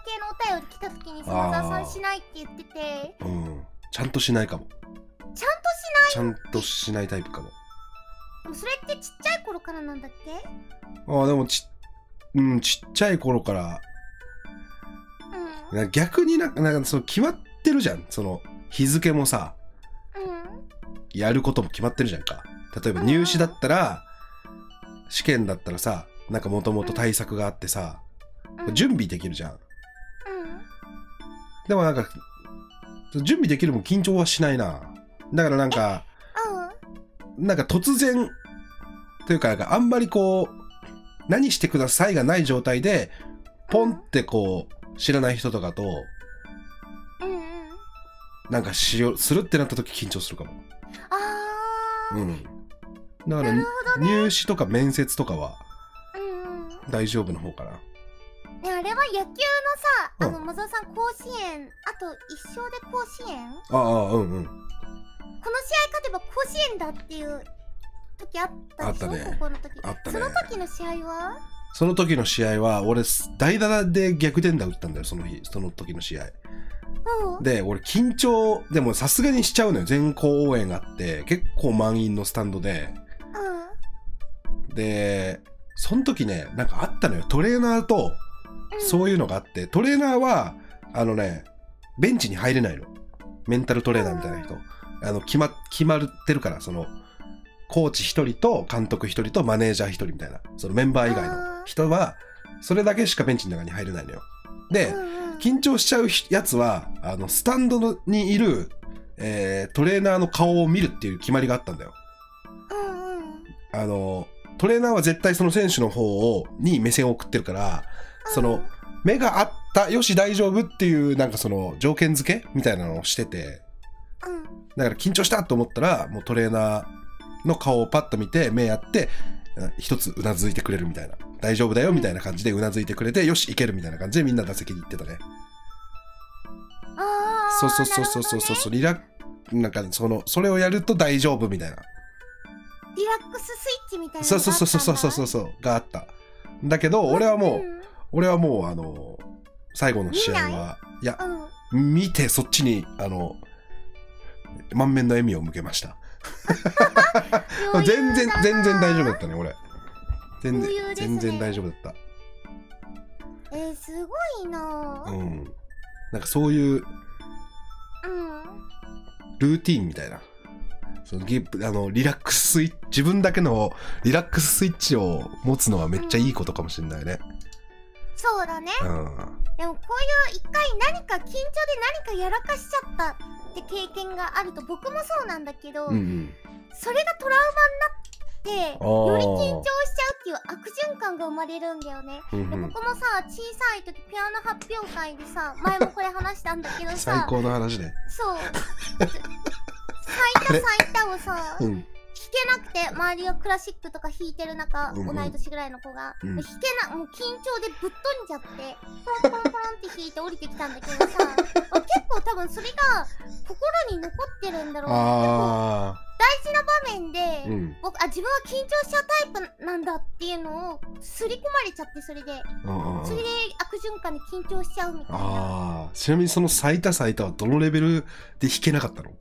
[SPEAKER 2] 系のお便り来た時にさ、
[SPEAKER 1] あー
[SPEAKER 2] マザーさんしないって言ってて、ちゃんとし
[SPEAKER 1] うん。ちゃんとしないかも。
[SPEAKER 2] ない
[SPEAKER 1] ちゃんとしないタイプかも。
[SPEAKER 2] でもそれってちっちゃい頃からなんだっけ
[SPEAKER 1] ああ、でもちっうん、ちっちゃい頃から
[SPEAKER 2] う
[SPEAKER 1] な逆になんかなんかその決まってるじゃんその日付もさ
[SPEAKER 2] んうん
[SPEAKER 1] やることも決まってるじゃんか例えば入試だったら試験だったらさなんかもともと対策があってさ
[SPEAKER 2] うん
[SPEAKER 1] 準備できるじゃん
[SPEAKER 2] うん
[SPEAKER 1] でもなんか準備できるも緊張はしないなだからなんか
[SPEAKER 2] うん
[SPEAKER 1] なんか突然というかなんかあんまりこう何してくださいがない状態でポンってこう知らない人とかと
[SPEAKER 2] うんうん
[SPEAKER 1] なんかしようするってなった時緊張するかも
[SPEAKER 2] あー
[SPEAKER 1] うんだから
[SPEAKER 2] なるほどね
[SPEAKER 1] 入試とか面接とかは
[SPEAKER 2] うんうん
[SPEAKER 1] 大丈夫の方かな
[SPEAKER 2] ねあれは野球のさ、
[SPEAKER 1] うん
[SPEAKER 2] あの、マザさん甲子園、あと一勝で甲子園
[SPEAKER 1] あ
[SPEAKER 2] こ
[SPEAKER 1] あうんうん
[SPEAKER 2] の試合勝てば甲子園だっていう時あったでしょ
[SPEAKER 1] あったね
[SPEAKER 2] 高校の時。
[SPEAKER 1] あったね
[SPEAKER 2] その時の試合は
[SPEAKER 1] その時の試合は俺代打で逆転打打ったんだよその日その時の試合
[SPEAKER 2] うん。
[SPEAKER 1] で俺緊張でもさすがにしちゃうのよ全校応援があって結構満員のスタンドで
[SPEAKER 2] うん。
[SPEAKER 1] でその時ねなんかあったのよトレーナーと
[SPEAKER 2] うん、
[SPEAKER 1] そういうのがあってトレーナーはあのねベンチに入れないのメンタルトレーナーみたいな人あの決ま決まってるからそのコーチ1人と監督1人とマネージャー1人みたいなそのメンバー以外の人はそれだけしかベンチの中に入れないのよで、
[SPEAKER 2] うんうん、
[SPEAKER 1] 緊張しちゃうやつはあのスタンドのにいる、えートレーナーの顔を見るっていう決まりがあったんだよ
[SPEAKER 2] うんうん。
[SPEAKER 1] あのトレーナーは絶対その選手の方をに目線を送ってるからその目があったよし大丈夫っていうなんかその条件付けみたいなのをしてて
[SPEAKER 2] うん、うん。
[SPEAKER 1] だから緊張したと思ったらもうトレーナーの顔をパッと見て目やってうん一つうなずいてくれるみたいな大丈夫だよみたいな感じでうなずいてくれてよしいけるみたいな感じでみんな打席に行ってたね
[SPEAKER 2] あー
[SPEAKER 1] そうそうそうそうそうそう、リラッなんかそのそれをやると大丈夫みたいな
[SPEAKER 2] なるほどねリラックススイッチみたいな
[SPEAKER 1] そうそうそうそうそうそう
[SPEAKER 2] う
[SPEAKER 1] そうがあっただけど俺はもう、
[SPEAKER 2] ん
[SPEAKER 1] 俺はもうあの最後の試合はいや
[SPEAKER 2] うん、
[SPEAKER 1] 見てそっちにあの満面の笑みを向けました
[SPEAKER 2] 余裕だ
[SPEAKER 1] 全然
[SPEAKER 2] な
[SPEAKER 1] 全然大丈夫だったね俺全然
[SPEAKER 2] 余裕ですね
[SPEAKER 1] 全然大丈夫だっ
[SPEAKER 2] えー、すごいな
[SPEAKER 1] たうんなんかそういう
[SPEAKER 2] うん、
[SPEAKER 1] ルーティンみたいなそのギブあのリラックススイッチ自分だけのリラックススイッチを持つのはめっちゃいいことかもしれないね
[SPEAKER 2] そうだね
[SPEAKER 1] うん
[SPEAKER 2] でもこういう一回何か緊張で何かやらかしちゃったって経験があると僕もそうなんだけど、
[SPEAKER 1] うんうん
[SPEAKER 2] それがトラウマになって
[SPEAKER 1] あー
[SPEAKER 2] より緊張しちゃうっていう悪循環が生まれるんだよね。
[SPEAKER 1] うん
[SPEAKER 2] で
[SPEAKER 1] う
[SPEAKER 2] こ
[SPEAKER 1] ん
[SPEAKER 2] こもさ小さい時ピアノ発表会でさ前もこれ話したんだけ ど
[SPEAKER 1] 最
[SPEAKER 2] さ
[SPEAKER 1] 高の話ね
[SPEAKER 2] そう
[SPEAKER 1] あれ
[SPEAKER 2] 咲いた咲いたをさ
[SPEAKER 1] う
[SPEAKER 2] 弾
[SPEAKER 1] ん
[SPEAKER 2] けなくて周りがクラシックとか弾いてる中、
[SPEAKER 1] うんうん
[SPEAKER 2] 同い年ぐらいの子が、
[SPEAKER 1] うん
[SPEAKER 2] もう弾けなもう緊張でぶっ飛んじゃってポロンポロンポロンって弾いて降りてきたんだけ どさまあ結構多分それが心に残ってるんだろうな
[SPEAKER 1] あ
[SPEAKER 2] 結構大事な場面で、
[SPEAKER 1] あうん
[SPEAKER 2] 僕あ自分は緊張しちゃうタイプなんだっていうのを刷り込まれちゃってそれで
[SPEAKER 1] うんうんうん
[SPEAKER 2] それで悪循環で緊張しちゃうみたいな
[SPEAKER 1] ああちなみにその最多最多はどのレベルで弾けなかったの
[SPEAKER 2] ん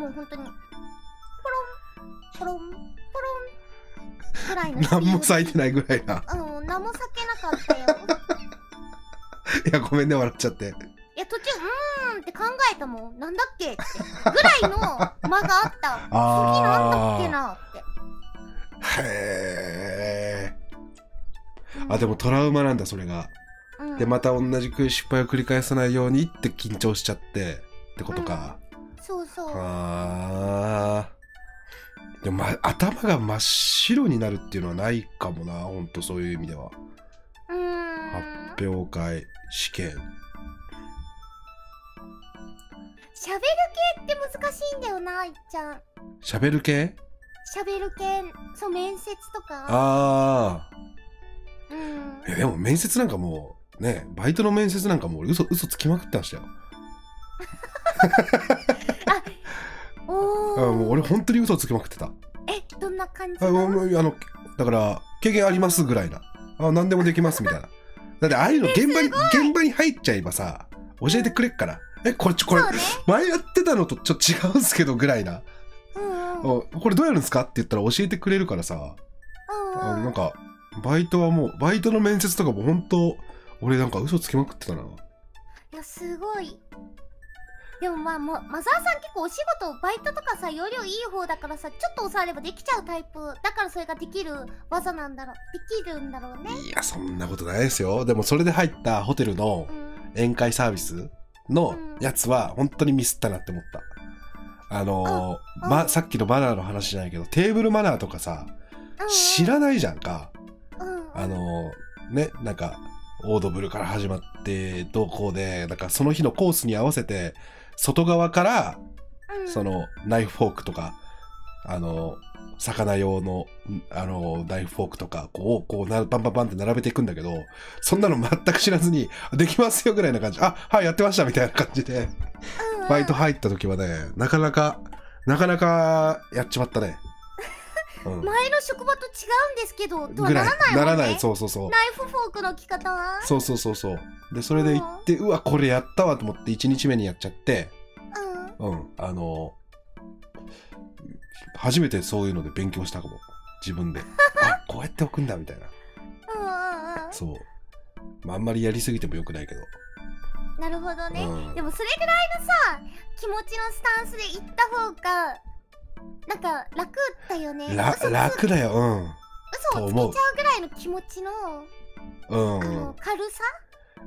[SPEAKER 2] もう本当にポロンポロンポロンぐらいの
[SPEAKER 1] 何も咲いて
[SPEAKER 2] い
[SPEAKER 1] ないぐらいな
[SPEAKER 2] うん何も咲けなかったよ
[SPEAKER 1] いやごめんね笑っちゃって
[SPEAKER 2] いや途中うーんって考えたもんなんだっけってぐらいの間があった 次なんだっけなっ
[SPEAKER 1] へ
[SPEAKER 2] て
[SPEAKER 1] え
[SPEAKER 2] うん
[SPEAKER 1] あでもトラウマなんだそれが
[SPEAKER 2] うん
[SPEAKER 1] でまた同じく失敗を繰り返さないようにって緊張しちゃってってことか、
[SPEAKER 2] そうそう
[SPEAKER 1] あーでも、ま、頭が真っ白になるっていうのはないかもなほんとそういう意味では
[SPEAKER 2] うーん
[SPEAKER 1] 発表会試験
[SPEAKER 2] 喋る系って難しいんだよな、いっちゃん。
[SPEAKER 1] 喋る系
[SPEAKER 2] 喋る系、そう、面接とか。
[SPEAKER 1] ああ
[SPEAKER 2] うん。
[SPEAKER 1] えでも面接なんかもうねバイトの面接なんかもう俺嘘嘘つきまくってましたよ
[SPEAKER 2] お
[SPEAKER 1] あ
[SPEAKER 2] ー。
[SPEAKER 1] もう俺本当に嘘つきまくってた
[SPEAKER 2] え、どんな感じ
[SPEAKER 1] あ
[SPEAKER 2] な
[SPEAKER 1] もう
[SPEAKER 2] の
[SPEAKER 1] もうあのだから経験ありますぐらいなあ何でもできますみたいなだってああいうの現場に現場に入っちゃえばさ教えてくれっからえこれちょこれ
[SPEAKER 2] そうね。
[SPEAKER 1] 前やってたのとちょっと違うんすけどぐらいな
[SPEAKER 2] うんうん。うん
[SPEAKER 1] おこれどうやるんですかって言ったら教えてくれるからさあ
[SPEAKER 2] うん。
[SPEAKER 1] なんかバイトはもうバイトの面接とかも本当俺なんか嘘つきまくってたない
[SPEAKER 2] やすごいでもまあもうマザーさん結構お仕事バイトとかさ容量いい方だからさちょっと押さえればできちゃうタイプだからそれができる技なんだろうできるんだろうね
[SPEAKER 1] いやそんなことないですよでもそれで入ったホテルの
[SPEAKER 2] うん
[SPEAKER 1] 宴会サービスのやつは本当にミスったなって思ったあのー
[SPEAKER 2] あ
[SPEAKER 1] ま、
[SPEAKER 2] あ
[SPEAKER 1] さっきのマナーの話じゃないけどテーブルマナーとかさ
[SPEAKER 2] うん
[SPEAKER 1] 知らないじゃんか
[SPEAKER 2] うん
[SPEAKER 1] あのーねなんかオードブルから始まってどうこうでなんかその日のコースに合わせて外側から
[SPEAKER 2] うん
[SPEAKER 1] そのナイフフォークとかあの魚用のんあのナイフフォークとかこうこうなバンバンバンって並べていくんだけどそんなの全く知らずに「できますよ」ぐらいな感じ「あはいやってました」みたいな感じで
[SPEAKER 2] うんうん
[SPEAKER 1] バイト入った時はねなかなかなかなかやっちまったね。うん
[SPEAKER 2] 前の職場と違うんですけどとは
[SPEAKER 1] ぐ
[SPEAKER 2] な
[SPEAKER 1] らい
[SPEAKER 2] らないもんね
[SPEAKER 1] ならないそうそうそう
[SPEAKER 2] ナイフフォークの着方は
[SPEAKER 1] そうそうそうそうでそれで行ってうわこれやったわと思って1日目にやっちゃって
[SPEAKER 2] うん
[SPEAKER 1] うんあの初めてそういうので勉強したかも自分 であこうやって置くんだみたいな
[SPEAKER 2] うんうんうん
[SPEAKER 1] そう、まあ、あんまりやりすぎてもよくないけど、
[SPEAKER 2] なるほどね、
[SPEAKER 1] うん
[SPEAKER 2] でもそれぐらいのさ気持ちのスタンスで行った方がなんか楽だよね
[SPEAKER 1] ら
[SPEAKER 2] 嘘つ
[SPEAKER 1] 楽だようん
[SPEAKER 2] 嘘をつけちゃうぐらいの気持ちの
[SPEAKER 1] うんう
[SPEAKER 2] あ
[SPEAKER 1] ん
[SPEAKER 2] の軽さ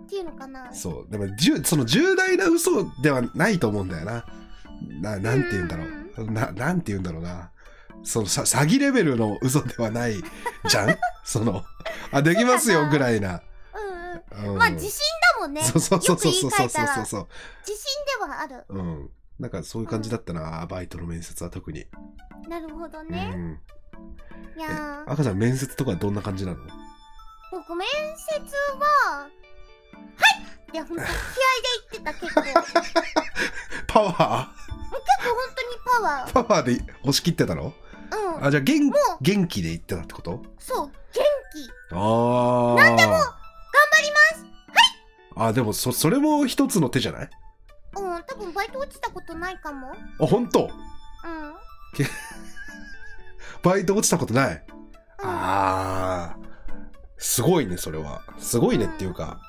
[SPEAKER 2] っていうのかな
[SPEAKER 1] そうでもじゅその重大な嘘ではないと思うんだよなななんて言うんだろう、ななんて言うんだろうなそのさ詐欺レベルの嘘ではないじ ゃんそのあできますよぐらいな、
[SPEAKER 2] うんうん
[SPEAKER 1] うん
[SPEAKER 2] まあ自信だもんね
[SPEAKER 1] そうそうそうそうそうそう
[SPEAKER 2] よく言い換えた
[SPEAKER 1] そ
[SPEAKER 2] ら
[SPEAKER 1] うそう
[SPEAKER 2] 自信ではある
[SPEAKER 1] うんなんかそういう感じだったな、バイトの面接は特に、
[SPEAKER 2] なるほど
[SPEAKER 1] う
[SPEAKER 2] ね、
[SPEAKER 1] ん
[SPEAKER 2] い
[SPEAKER 1] え
[SPEAKER 2] やー
[SPEAKER 1] 赤ちゃん面接とかどんな感じなの
[SPEAKER 2] 僕面接ははいいやほんと気合で言ってた 結構もう結構
[SPEAKER 1] パワ
[SPEAKER 2] 本当にパワ
[SPEAKER 1] ーパワーで押し切ってたの
[SPEAKER 2] ーうん
[SPEAKER 1] あじゃあ元
[SPEAKER 2] もう
[SPEAKER 1] 元気で行ってたってこと
[SPEAKER 2] そう元気
[SPEAKER 1] ああなんでも頑張
[SPEAKER 2] り
[SPEAKER 1] ますはいあでもそそれも一つの手じゃない
[SPEAKER 2] うん、多分バイト落ちたことないかも。うん。
[SPEAKER 1] あ本当
[SPEAKER 2] うん。
[SPEAKER 1] バイト落ちたことない、ああすごいねそれはすごいねっていうか、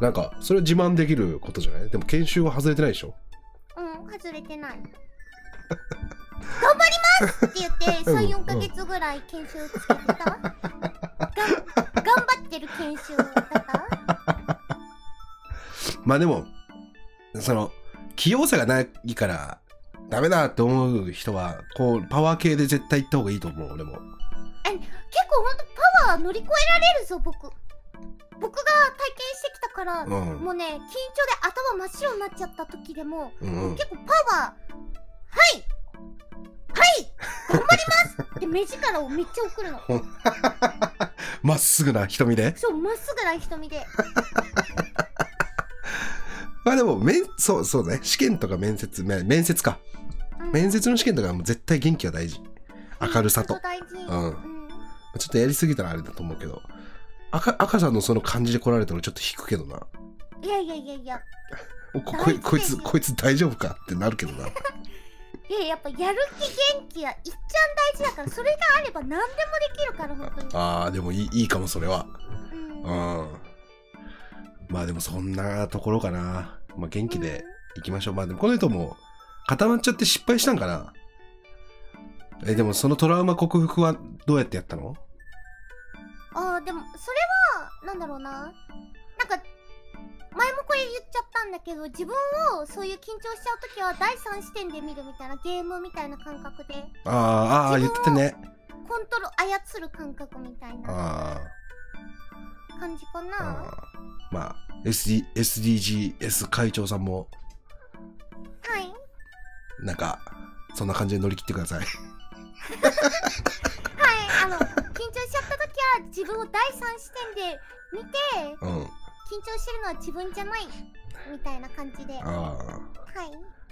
[SPEAKER 1] なんかそれを自慢できることじゃないでも研修は外れてないでしょ
[SPEAKER 2] うん、外れ てない。頑張りますって言って、3、4ヶ月ぐらい研修 つけてた。がん頑張ってる研修だった。
[SPEAKER 1] まあでもその器用さがないからダメだって思う人はこうパワー系で絶対行った方がいいと思う俺も
[SPEAKER 2] 結構ほんとパワー乗り越えられるぞ、僕。僕が体験してきたから、
[SPEAKER 1] うん
[SPEAKER 2] もうね、緊張で頭真っ白になっちゃった時でも、
[SPEAKER 1] うんうん
[SPEAKER 2] 結構パワー、はいはい頑張ります って目力をめっちゃ送るの。
[SPEAKER 1] まっすぐな瞳で
[SPEAKER 2] そう、まっすぐな瞳で。
[SPEAKER 1] まあでも面そうそうね試験とか面接め面接か
[SPEAKER 2] うん
[SPEAKER 1] 面接の試験とかはもう絶対元気は大事明るさと
[SPEAKER 2] うん大事。
[SPEAKER 1] うん
[SPEAKER 2] うん
[SPEAKER 1] ちょっとやりすぎたらあれだと思うけど赤赤さんのその感じで来られたらちょっと引くけどない
[SPEAKER 2] やいやいやいや、
[SPEAKER 1] おここいこい
[SPEAKER 2] 大事
[SPEAKER 1] つ
[SPEAKER 2] です
[SPEAKER 1] こいつ大丈夫かってなるけどない
[SPEAKER 2] ややっぱやる気元気は一ちゃん大事だから、それがあれば何でもできるから、本当に。
[SPEAKER 1] あーでもいいいいかもそれは
[SPEAKER 2] うん
[SPEAKER 1] うんまあでもそんなところかなまあ元気でいきましょうまあでもこの人も固まっちゃって失敗したんかなえでもそのトラウマ克服はどうやってやったの
[SPEAKER 2] うんああ、でも、それは、なんだろうな。なんか、前もこれ言っちゃったんだけど、自分をそういう緊張しちゃうときは第三視点で見るみたいな、ゲームみたいな感覚で、
[SPEAKER 1] あーあー言ってたね
[SPEAKER 2] コントロール、操る感覚みたいな
[SPEAKER 1] ああ
[SPEAKER 2] 感じか
[SPEAKER 1] あ
[SPEAKER 2] な。
[SPEAKER 1] ーまあ SD SDGS 会長さんも
[SPEAKER 2] はい。
[SPEAKER 1] なんかそんな感じで乗り切ってください
[SPEAKER 2] はい、あの、緊張しちゃったときは自分を第三視点で見て、
[SPEAKER 1] うん
[SPEAKER 2] 緊張してるのは自分じゃないみたいな感じで、はい。
[SPEAKER 1] ああ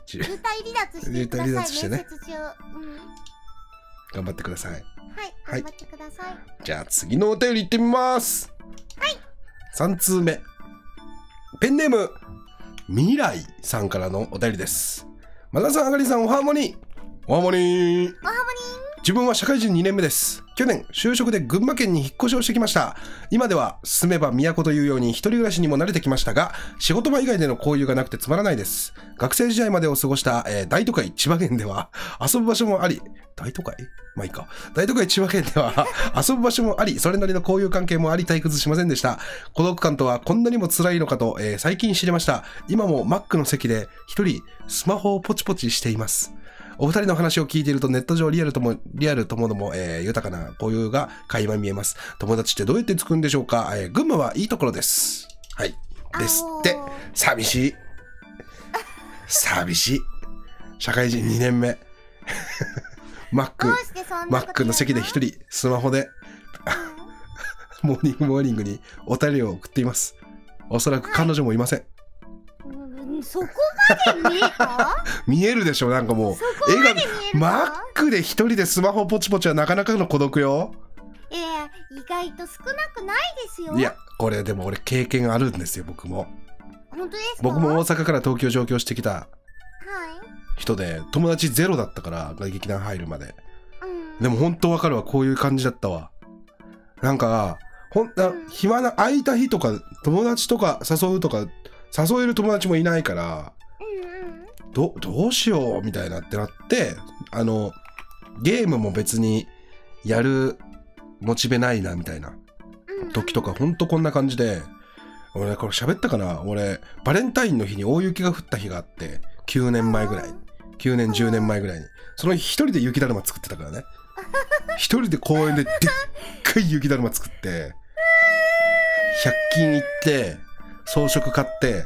[SPEAKER 1] じ
[SPEAKER 2] 幽体離脱し てくだ
[SPEAKER 1] 幽体離
[SPEAKER 2] さい、
[SPEAKER 1] 脱してね
[SPEAKER 2] 面接中。うん。
[SPEAKER 1] 頑張ってください
[SPEAKER 2] はい、
[SPEAKER 1] はい
[SPEAKER 2] 頑張ってください。
[SPEAKER 1] じゃあ次のお便り行ってみますはい3通目ペンネーム未来さんからのお便りですマ田さんあかりさんおハーモニーおハーモニー
[SPEAKER 2] おはもに
[SPEAKER 1] 自分は社会人2年目です。去年、就職で群馬県に引っ越しをしてきました。今では、住めば都というように一人暮らしにも慣れてきましたが、仕事場以外での交流がなくてつまらないです。学生時代までを過ごした、えー大都会千葉県では、遊ぶ場所もあり、大都会まあいいか。大都会千葉県では、 遊ぶ場所もあり、それなりの交友関係もあり、退屈しませんでした。孤独感とはこんなにも辛いのかと、えー最近知りました。今もマックの席で、一人、スマホをポチポチしています。お二人の話を聞いているとネット上リアルとも、リアルともども、えー豊かな交友が垣間見えます。友達ってどうやってつくんでしょうか、えー群馬はいいところです。はい。ですって
[SPEAKER 2] あ。の
[SPEAKER 1] 寂しい。寂しい。社会人2年目。マッ
[SPEAKER 2] どう
[SPEAKER 1] ク、
[SPEAKER 2] してそんなこと言う
[SPEAKER 1] マックの席で一人、スマホで、モーニングモーニングにお便りを送っています。おそらく彼女もいません。
[SPEAKER 2] うんうんそこまで見えた
[SPEAKER 1] 見えるでしょ、なんか もう
[SPEAKER 2] そ。こまで見える
[SPEAKER 1] マッ
[SPEAKER 2] か
[SPEAKER 1] クで一人でスマホポチポチはなかなかの孤独よ。
[SPEAKER 2] ええ意外と少なくないですよ
[SPEAKER 1] いや、これでも俺経験あるんですよ、僕も。
[SPEAKER 2] 本当ですか
[SPEAKER 1] 僕も
[SPEAKER 2] はい
[SPEAKER 1] 大阪から東京上京してきた人で、友達ゼロだったから、劇団入るまで。
[SPEAKER 2] うん
[SPEAKER 1] でも本当わかるわ、こういう感じだったわ。なんか、ほんな
[SPEAKER 2] うん
[SPEAKER 1] 暇な空いた日とか、友達とか誘うとか、誘える友達もいないから、
[SPEAKER 2] うんうん
[SPEAKER 1] どどうしようみたいなってなってあのゲームも別にやるモチベないなみたいな
[SPEAKER 2] うんうん
[SPEAKER 1] 時とかほんとこんな感じで俺これ喋ったかな俺バレンタインの日に大雪が降った日があって9年前ぐらい9年10年前ぐらいにその日一人で雪だるま作ってたからね一人で公園ででっかい雪だるま作って100均行って装飾買って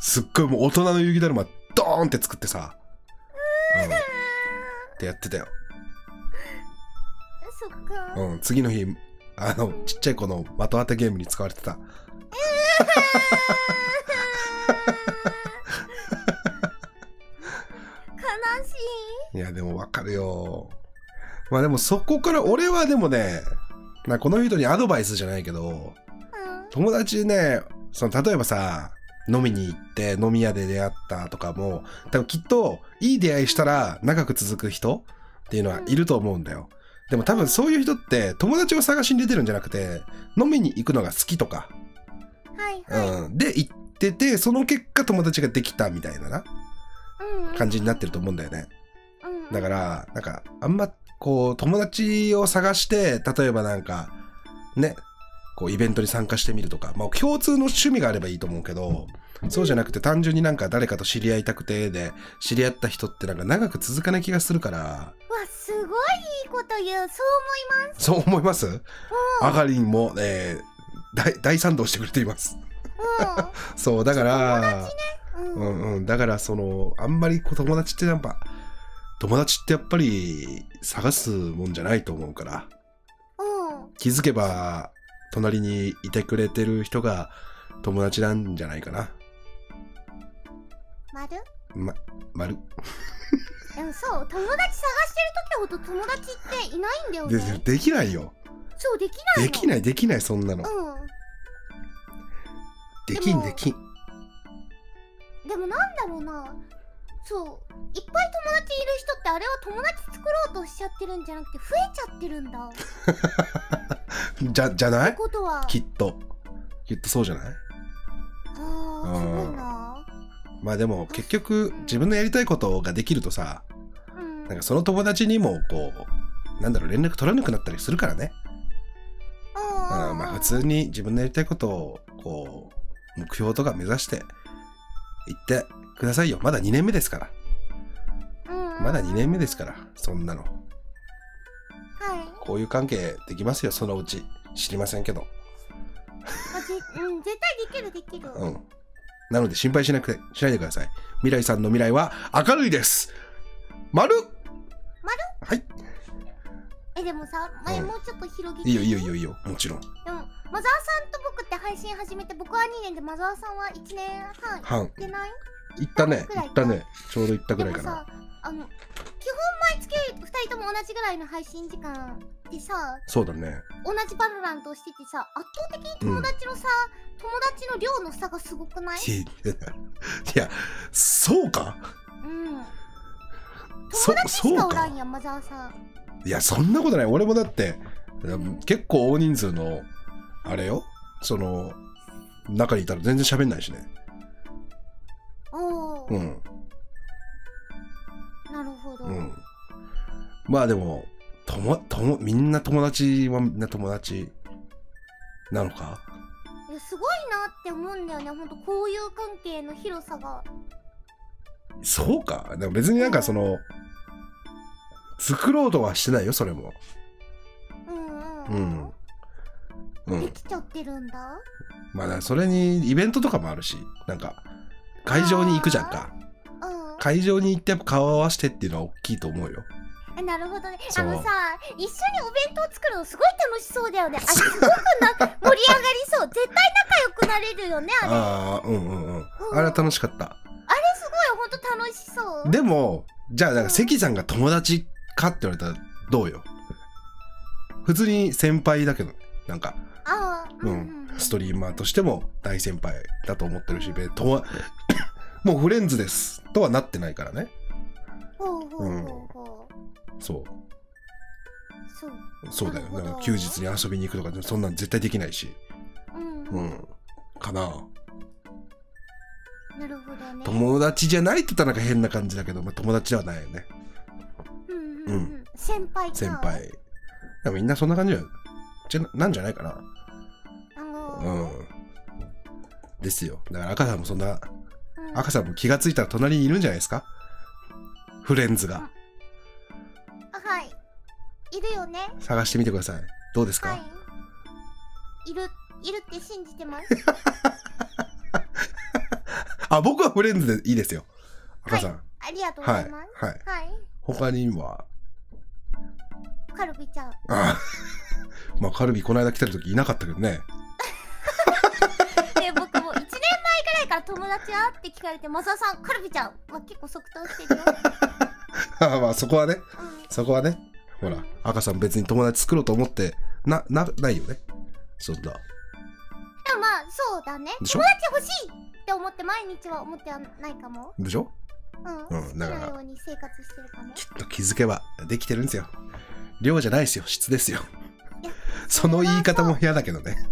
[SPEAKER 1] すっごいもう大人の雪だるまドーンって作ってさ、うん、ってやってたよ、
[SPEAKER 2] そっか、
[SPEAKER 1] うん、次の日あのちっちゃい子の的当てゲームに使われてた
[SPEAKER 2] 悲しい
[SPEAKER 1] いやでもわかるよまあでもそこから俺はでもねまあこの人にアドバイスじゃないけど
[SPEAKER 2] うん
[SPEAKER 1] 友達ねその例えばさ飲みに行って飲み屋で出会ったとかも多分きっといい出会いしたら長く続く人っていうのはいると思うんだよでも多分そういう人って友達を探しに出てるんじゃなくて飲みに行くのが好きとか、
[SPEAKER 2] はいはい、
[SPEAKER 1] うん、で行っててその結果友達ができたみたいなな
[SPEAKER 2] うんうん
[SPEAKER 1] 感じになってると思うんだよね
[SPEAKER 2] うんうん
[SPEAKER 1] だからなんかあんまこう友達を探して例えばなんかねこうイベントに参加してみるとか、まあ、共通の趣味があればいいと思うけどそうじゃなくて単純になんか誰かと知り合いたくてで知り合った人ってなんか長く続かない気がするから
[SPEAKER 2] わすごいいいこと言うそ
[SPEAKER 1] そ
[SPEAKER 2] う
[SPEAKER 1] う思いますあがりんも、えー大大賛同してくれています
[SPEAKER 2] 思いま
[SPEAKER 1] そうだから
[SPEAKER 2] す うん、う、
[SPEAKER 1] うんんうんだからそのあんまりこう友達ってやっぱ友達ってやっぱり探すもんじゃないと思うから
[SPEAKER 2] うん
[SPEAKER 1] 気づけば隣にいてくれてる人が友達なんじゃないかな。
[SPEAKER 2] まる
[SPEAKER 1] まる
[SPEAKER 2] でもそう友達探してる時ほど友達っていないんだよ
[SPEAKER 1] で
[SPEAKER 2] ね
[SPEAKER 1] できないよ。
[SPEAKER 2] そうできな
[SPEAKER 1] で
[SPEAKER 2] いの
[SPEAKER 1] きないできないそんなの。
[SPEAKER 2] う
[SPEAKER 1] できん
[SPEAKER 2] でも
[SPEAKER 1] できん。
[SPEAKER 2] んでもなんだろうなそういっぱい友達いる人ってあれは友達作ろうとしちゃってるんじゃなくて増えちゃってるんだって
[SPEAKER 1] じゃじゃない
[SPEAKER 2] ことは
[SPEAKER 1] きっと。きっとそうじゃない
[SPEAKER 2] あーすごいな
[SPEAKER 1] まあでも結局自分のやりたいことができるとさ
[SPEAKER 2] うん
[SPEAKER 1] なんかその友達にもこうなんだろう連絡取らなくなったりするからね。うん
[SPEAKER 2] あ
[SPEAKER 1] まあ普通に自分のやりたいことをこう目標とか目指していってくださいよ。まだ2年目ですから。まだ2年目ですかららそんなの。
[SPEAKER 2] はい
[SPEAKER 1] こういう関係できますよ、そのうち。知りませんけど。
[SPEAKER 2] あぜ、うん、絶対できるできる、
[SPEAKER 1] うん。なので心配しなくて、しないでください。未来さんの未来は明るいです。丸
[SPEAKER 2] えでもさ前
[SPEAKER 1] うん
[SPEAKER 2] もうちょっと広げて
[SPEAKER 1] いいよいいよいいよいいよ。もちろん。
[SPEAKER 2] でもマザーさんと僕って配信始めて僕は2年でマザーさんは1年半行
[SPEAKER 1] はん。
[SPEAKER 2] ってない
[SPEAKER 1] 行ったね。
[SPEAKER 2] くらい
[SPEAKER 1] 行ったね。ちょうど行ったぐ
[SPEAKER 2] で
[SPEAKER 1] らい
[SPEAKER 2] も
[SPEAKER 1] かな。
[SPEAKER 2] さあの基本毎月2人とも同じぐらいの配信時間でさ
[SPEAKER 1] そうだね。
[SPEAKER 2] 同じバロラントをしててさ圧倒的に友達のさ、友達の量の差がすごくない
[SPEAKER 1] いや、そうか
[SPEAKER 2] うん
[SPEAKER 1] そ
[SPEAKER 2] 友達
[SPEAKER 1] そ
[SPEAKER 2] し
[SPEAKER 1] う
[SPEAKER 2] かおらん
[SPEAKER 1] か。
[SPEAKER 2] やんマザーさん
[SPEAKER 1] いやそんなことない俺もだってうん結構大人数のあれよその中にいたら全然喋んないしね
[SPEAKER 2] おお、
[SPEAKER 1] うん
[SPEAKER 2] なるほど、
[SPEAKER 1] うんまあでもともともみんな友達はみんな友達なのか
[SPEAKER 2] いやすごいなって思うんだよねほんと交友関係の広さが
[SPEAKER 1] そうかでも別になんかその作ろうとはしてないよそれも
[SPEAKER 2] うん
[SPEAKER 1] う
[SPEAKER 2] うん
[SPEAKER 1] ん、う
[SPEAKER 2] で
[SPEAKER 1] ん、
[SPEAKER 2] きちゃってるんだ
[SPEAKER 1] まあだからそれにイベントとかもあるしなんか会場に行くじゃんか
[SPEAKER 2] うん
[SPEAKER 1] 会場に行ってやっぱ顔合わせてっていうのは大きいと思うよ
[SPEAKER 2] あなるほどね
[SPEAKER 1] そ
[SPEAKER 2] あ
[SPEAKER 1] う
[SPEAKER 2] のさ一緒にお弁当作るのすごい楽しそう だよねあれすごくな盛り上がりそう絶対仲良くなれるよねあれ
[SPEAKER 1] ああうんうんうんあれは楽しかった
[SPEAKER 2] あれすごいほんと楽しそう
[SPEAKER 1] でもじゃあなんか関さんが友達かって言われたらどうよ普通に先輩だけどねなんか
[SPEAKER 2] ああ
[SPEAKER 1] うん、ストリーマーとしても大先輩だと思ってるしべとは もうフレンズですとはなってないからね
[SPEAKER 2] ほうほうほうほう、
[SPEAKER 1] そう
[SPEAKER 2] そう
[SPEAKER 1] そうだよ、
[SPEAKER 2] なるほど
[SPEAKER 1] なんか休日に遊びに行くとかそんなん絶対できないし
[SPEAKER 2] うん、
[SPEAKER 1] うんかな
[SPEAKER 2] なるほどね
[SPEAKER 1] 友達じゃないって言ったらなんか変な感じだけど、まあ、友達ではないよね
[SPEAKER 2] うんうんうん、先輩か
[SPEAKER 1] 先輩でもみんなそんな感じだよじゃななんじゃないかな
[SPEAKER 2] あのー
[SPEAKER 1] うん。ですよ。だから赤さんもそんな、
[SPEAKER 2] うん
[SPEAKER 1] 赤さんも気がついたら隣にいるんじゃないですかフレンズが。
[SPEAKER 2] あはいいるよね
[SPEAKER 1] 探してみてください。どうですか、
[SPEAKER 2] はいいるいるって信じてます
[SPEAKER 1] あ、僕はフレンズでいいですよ。赤さん。
[SPEAKER 2] ありがとうご
[SPEAKER 1] は
[SPEAKER 2] ざ
[SPEAKER 1] い。
[SPEAKER 2] います
[SPEAKER 1] はい。
[SPEAKER 2] はい、
[SPEAKER 1] 他には、
[SPEAKER 2] カルビちゃん
[SPEAKER 1] あ まあ、カルビこの間来てる時いなかったけどね。
[SPEAKER 2] で僕も1年前ぐらいから友達はって聞かれてマサさんカルビちゃんは結構即答してるよ、
[SPEAKER 1] あまあ、そこはね、
[SPEAKER 2] う
[SPEAKER 1] そこはね。ほら、赤さん別に友達作ろうと思って、な、な、ないよね。そんな。
[SPEAKER 2] ん、でもまあそうだね
[SPEAKER 1] で
[SPEAKER 2] 友
[SPEAKER 1] し
[SPEAKER 2] 達
[SPEAKER 1] ょ
[SPEAKER 2] 欲しいって思って毎日は思ってはないかも
[SPEAKER 1] でしょ
[SPEAKER 2] うん、
[SPEAKER 1] うん
[SPEAKER 2] 好き
[SPEAKER 1] だ
[SPEAKER 2] な
[SPEAKER 1] から
[SPEAKER 2] ように生活してるかも
[SPEAKER 1] きっと気づけばできてるんですよ量じゃないですよ質ですよその言い方も嫌だけどね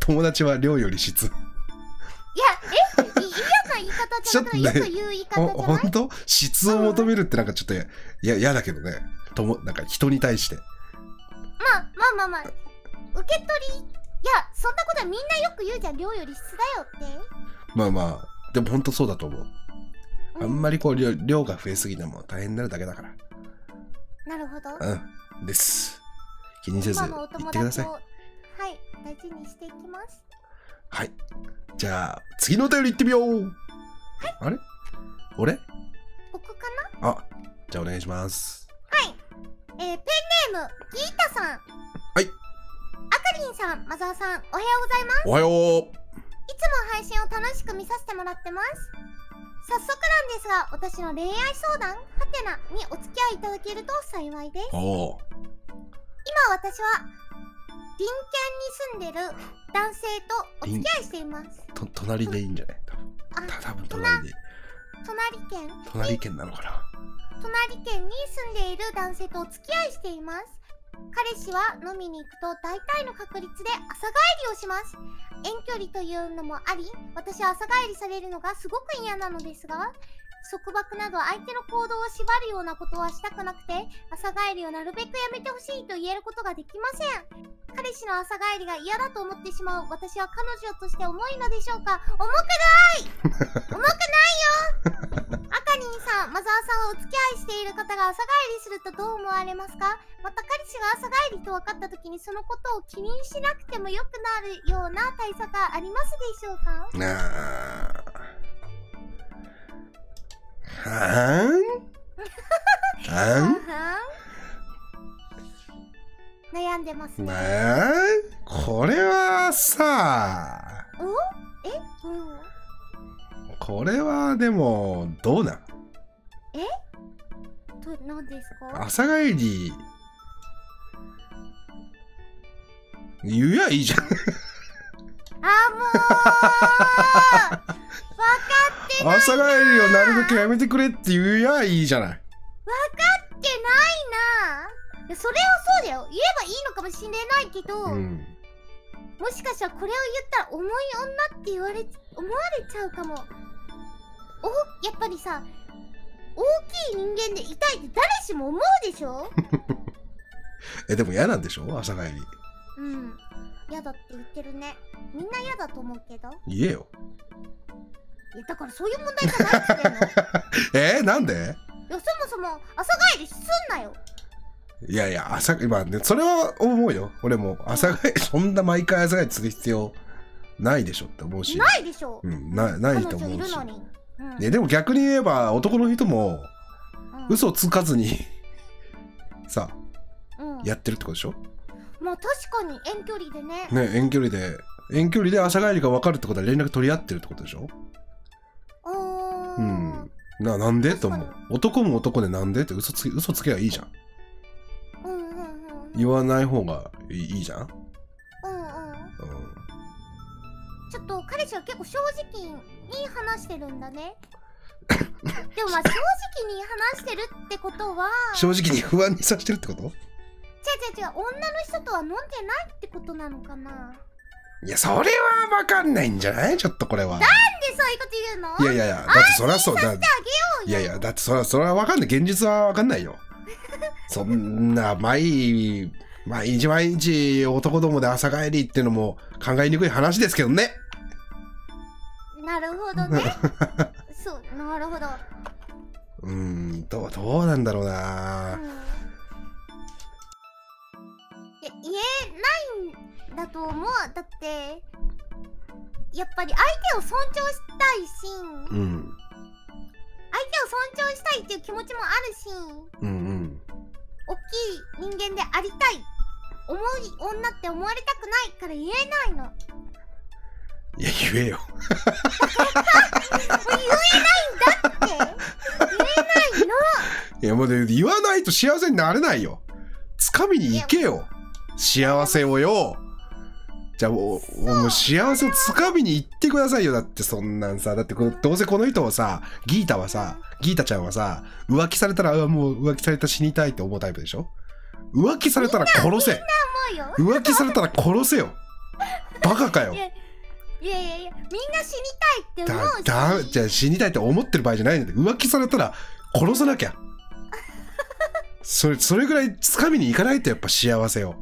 [SPEAKER 1] 友達は量より質
[SPEAKER 2] いやえい嫌な言い方じゃなくて
[SPEAKER 1] ちょっとね
[SPEAKER 2] よく言う言い
[SPEAKER 1] ほ
[SPEAKER 2] 方じゃない
[SPEAKER 1] 本当質を求めるってなんかちょっといや嫌だけどねともなんか人に対して
[SPEAKER 2] まあまあまあまあ受け取りいやそんなことはみんなよく言うじゃん量より質だよっ
[SPEAKER 1] まあまあでも本当そうだと思う
[SPEAKER 2] て、うん、
[SPEAKER 1] あんまりこう量量が増えすぎても大変になるだけだか
[SPEAKER 2] なるほど
[SPEAKER 1] らうんです気にせず
[SPEAKER 2] 今
[SPEAKER 1] 言
[SPEAKER 2] のお友
[SPEAKER 1] ってくだ
[SPEAKER 2] 達
[SPEAKER 1] さ
[SPEAKER 2] を
[SPEAKER 1] い
[SPEAKER 2] はい大事にしていきます
[SPEAKER 1] はいじゃあ次のお便り行ってみようあれ俺
[SPEAKER 2] 僕か
[SPEAKER 1] あじゃあお願いします
[SPEAKER 2] なえーペンネームギータさん
[SPEAKER 1] はい
[SPEAKER 2] あかりんさんマザーさんおはようございます
[SPEAKER 1] おはよう
[SPEAKER 2] いつも配信を楽しく見させてもらってます早速なんですが私の恋愛相談ハテナにお付き合いいただけると幸いです
[SPEAKER 1] おお
[SPEAKER 2] 今私は隣県に住んでる男性とお付き合いしています
[SPEAKER 1] と隣でいいんじゃない
[SPEAKER 2] あ
[SPEAKER 1] た多分隣で
[SPEAKER 2] 隣県
[SPEAKER 1] 隣県なのかな
[SPEAKER 2] 隣県に住んでいる男性とお付き合いしています彼氏は飲みに行くと大体の確率で朝帰りをします遠距離というのもあり私は朝帰りされるのがすごく嫌なのですが束縛など相手の行動を縛るようなことはしたくなくて朝帰りをなるべくやめてほしいと言えることができません彼氏の朝帰りが嫌だと思ってしまう私は彼女として重いのでしょうか重くアカリンさん、マザーさんお付き合いしている方が朝帰りするとどう思われますかまた彼氏が朝帰りと分かった時にそのことを気にしなくても良くなるような対策はありますでしょうか
[SPEAKER 1] なあはーん
[SPEAKER 2] は
[SPEAKER 1] は
[SPEAKER 2] ん悩んでます
[SPEAKER 1] ーん
[SPEAKER 2] ね。
[SPEAKER 1] なあこれはさ
[SPEAKER 2] おえうん。
[SPEAKER 1] これはでもどうなん
[SPEAKER 2] と、何ですか
[SPEAKER 1] 朝帰り言やいいじゃん
[SPEAKER 2] あ、もう
[SPEAKER 1] 朝帰りをなるべくやめてくれって言やいいじゃない
[SPEAKER 2] ってないないやそれはそうだよ言えばいいのかもしれないけど、
[SPEAKER 1] うん
[SPEAKER 2] もしかしたらこれを言ったら重い女って言われち思われちゃうかもおやっぱりさ大きい人間でいたいって誰しも思うでし ょ
[SPEAKER 1] えでも嫌なんでしょ朝帰り
[SPEAKER 2] うん嫌だって言ってるねみんな嫌だと思うけどい
[SPEAKER 1] 言えよ
[SPEAKER 2] やだからそういう問題じゃないって 言ってんの
[SPEAKER 1] えー、なんで
[SPEAKER 2] いやそもそも朝帰りすんなよ
[SPEAKER 1] いやいや朝今ねそれは思うよ俺も朝帰り そんな毎回朝帰りする必要ないでしょって思うし
[SPEAKER 2] ないでしょ
[SPEAKER 1] うん、なな
[SPEAKER 2] 彼
[SPEAKER 1] いと
[SPEAKER 2] 女い
[SPEAKER 1] 思う
[SPEAKER 2] る
[SPEAKER 1] し
[SPEAKER 2] のに、うん
[SPEAKER 1] ね、でも逆に言えば男の人も
[SPEAKER 2] うん
[SPEAKER 1] 嘘つかずに さ
[SPEAKER 2] うん
[SPEAKER 1] やってるってことでしょ
[SPEAKER 2] まあ確かに遠距離でね
[SPEAKER 1] ね遠距離で遠距離で朝帰りが分かるってことは連絡取り合ってるってことでしょ
[SPEAKER 2] あー
[SPEAKER 1] うんななんでと
[SPEAKER 2] 確か
[SPEAKER 1] 思
[SPEAKER 2] に
[SPEAKER 1] う男も男でなんでって嘘つ嘘つけばいいじゃん
[SPEAKER 2] うんうんうんうん
[SPEAKER 1] 言わない方がいいいいじゃん、
[SPEAKER 2] うんうん
[SPEAKER 1] うん、
[SPEAKER 2] ちょっと彼氏は結構正直に話してるん だねでもまあ正直に話してるってことは
[SPEAKER 1] 正直に不安にさせてるってこと
[SPEAKER 2] 違う違う違う女の人とは飲んでないってことなのかない
[SPEAKER 1] やそれは分かんないんじゃないちょっとこれは
[SPEAKER 2] なんでそういうこと言うの
[SPEAKER 1] いやいやいやだってそりゃそうだいやいやだってそりゃそれは分かんない現実は分かんない よそんな毎毎日毎日男どもで朝帰りってのも考えにくい話ですけどね
[SPEAKER 2] なるほ どねそうなるほど、
[SPEAKER 1] うーんどうどうなんだろうな
[SPEAKER 2] うん、いや言えないんだと思うだってやっぱり相手を尊重したいし相手
[SPEAKER 1] う
[SPEAKER 2] を
[SPEAKER 1] ん
[SPEAKER 2] 尊重したいっていう気持ちもあるし
[SPEAKER 1] うんうん
[SPEAKER 2] 大きい人間でありたい思う女って思われたくないから言えないのもう
[SPEAKER 1] いや言えよ
[SPEAKER 2] 言えないんだ って言えないの
[SPEAKER 1] いやもうね言わないと幸せになれないよ掴みに行けよ幸せをよじゃあおおもう幸せを掴みに行ってくださいよだってそんなんさだってこのどうせこの人はさギータはさギータちゃんはさ浮気されたらうわもう浮気されたら死にたいって思うタイプでしょ浮気されたら殺せ
[SPEAKER 2] 思うよ
[SPEAKER 1] 浮気されたら殺せよバカかよ
[SPEAKER 2] いやいやいやいやみんな死にたいって
[SPEAKER 1] だ
[SPEAKER 2] 思うし
[SPEAKER 1] だじゃあ死にたいって思ってる場合じゃないんだよ浮気されたら殺さ なきゃそれそれぐらい掴みに行かないとやっぱ幸せを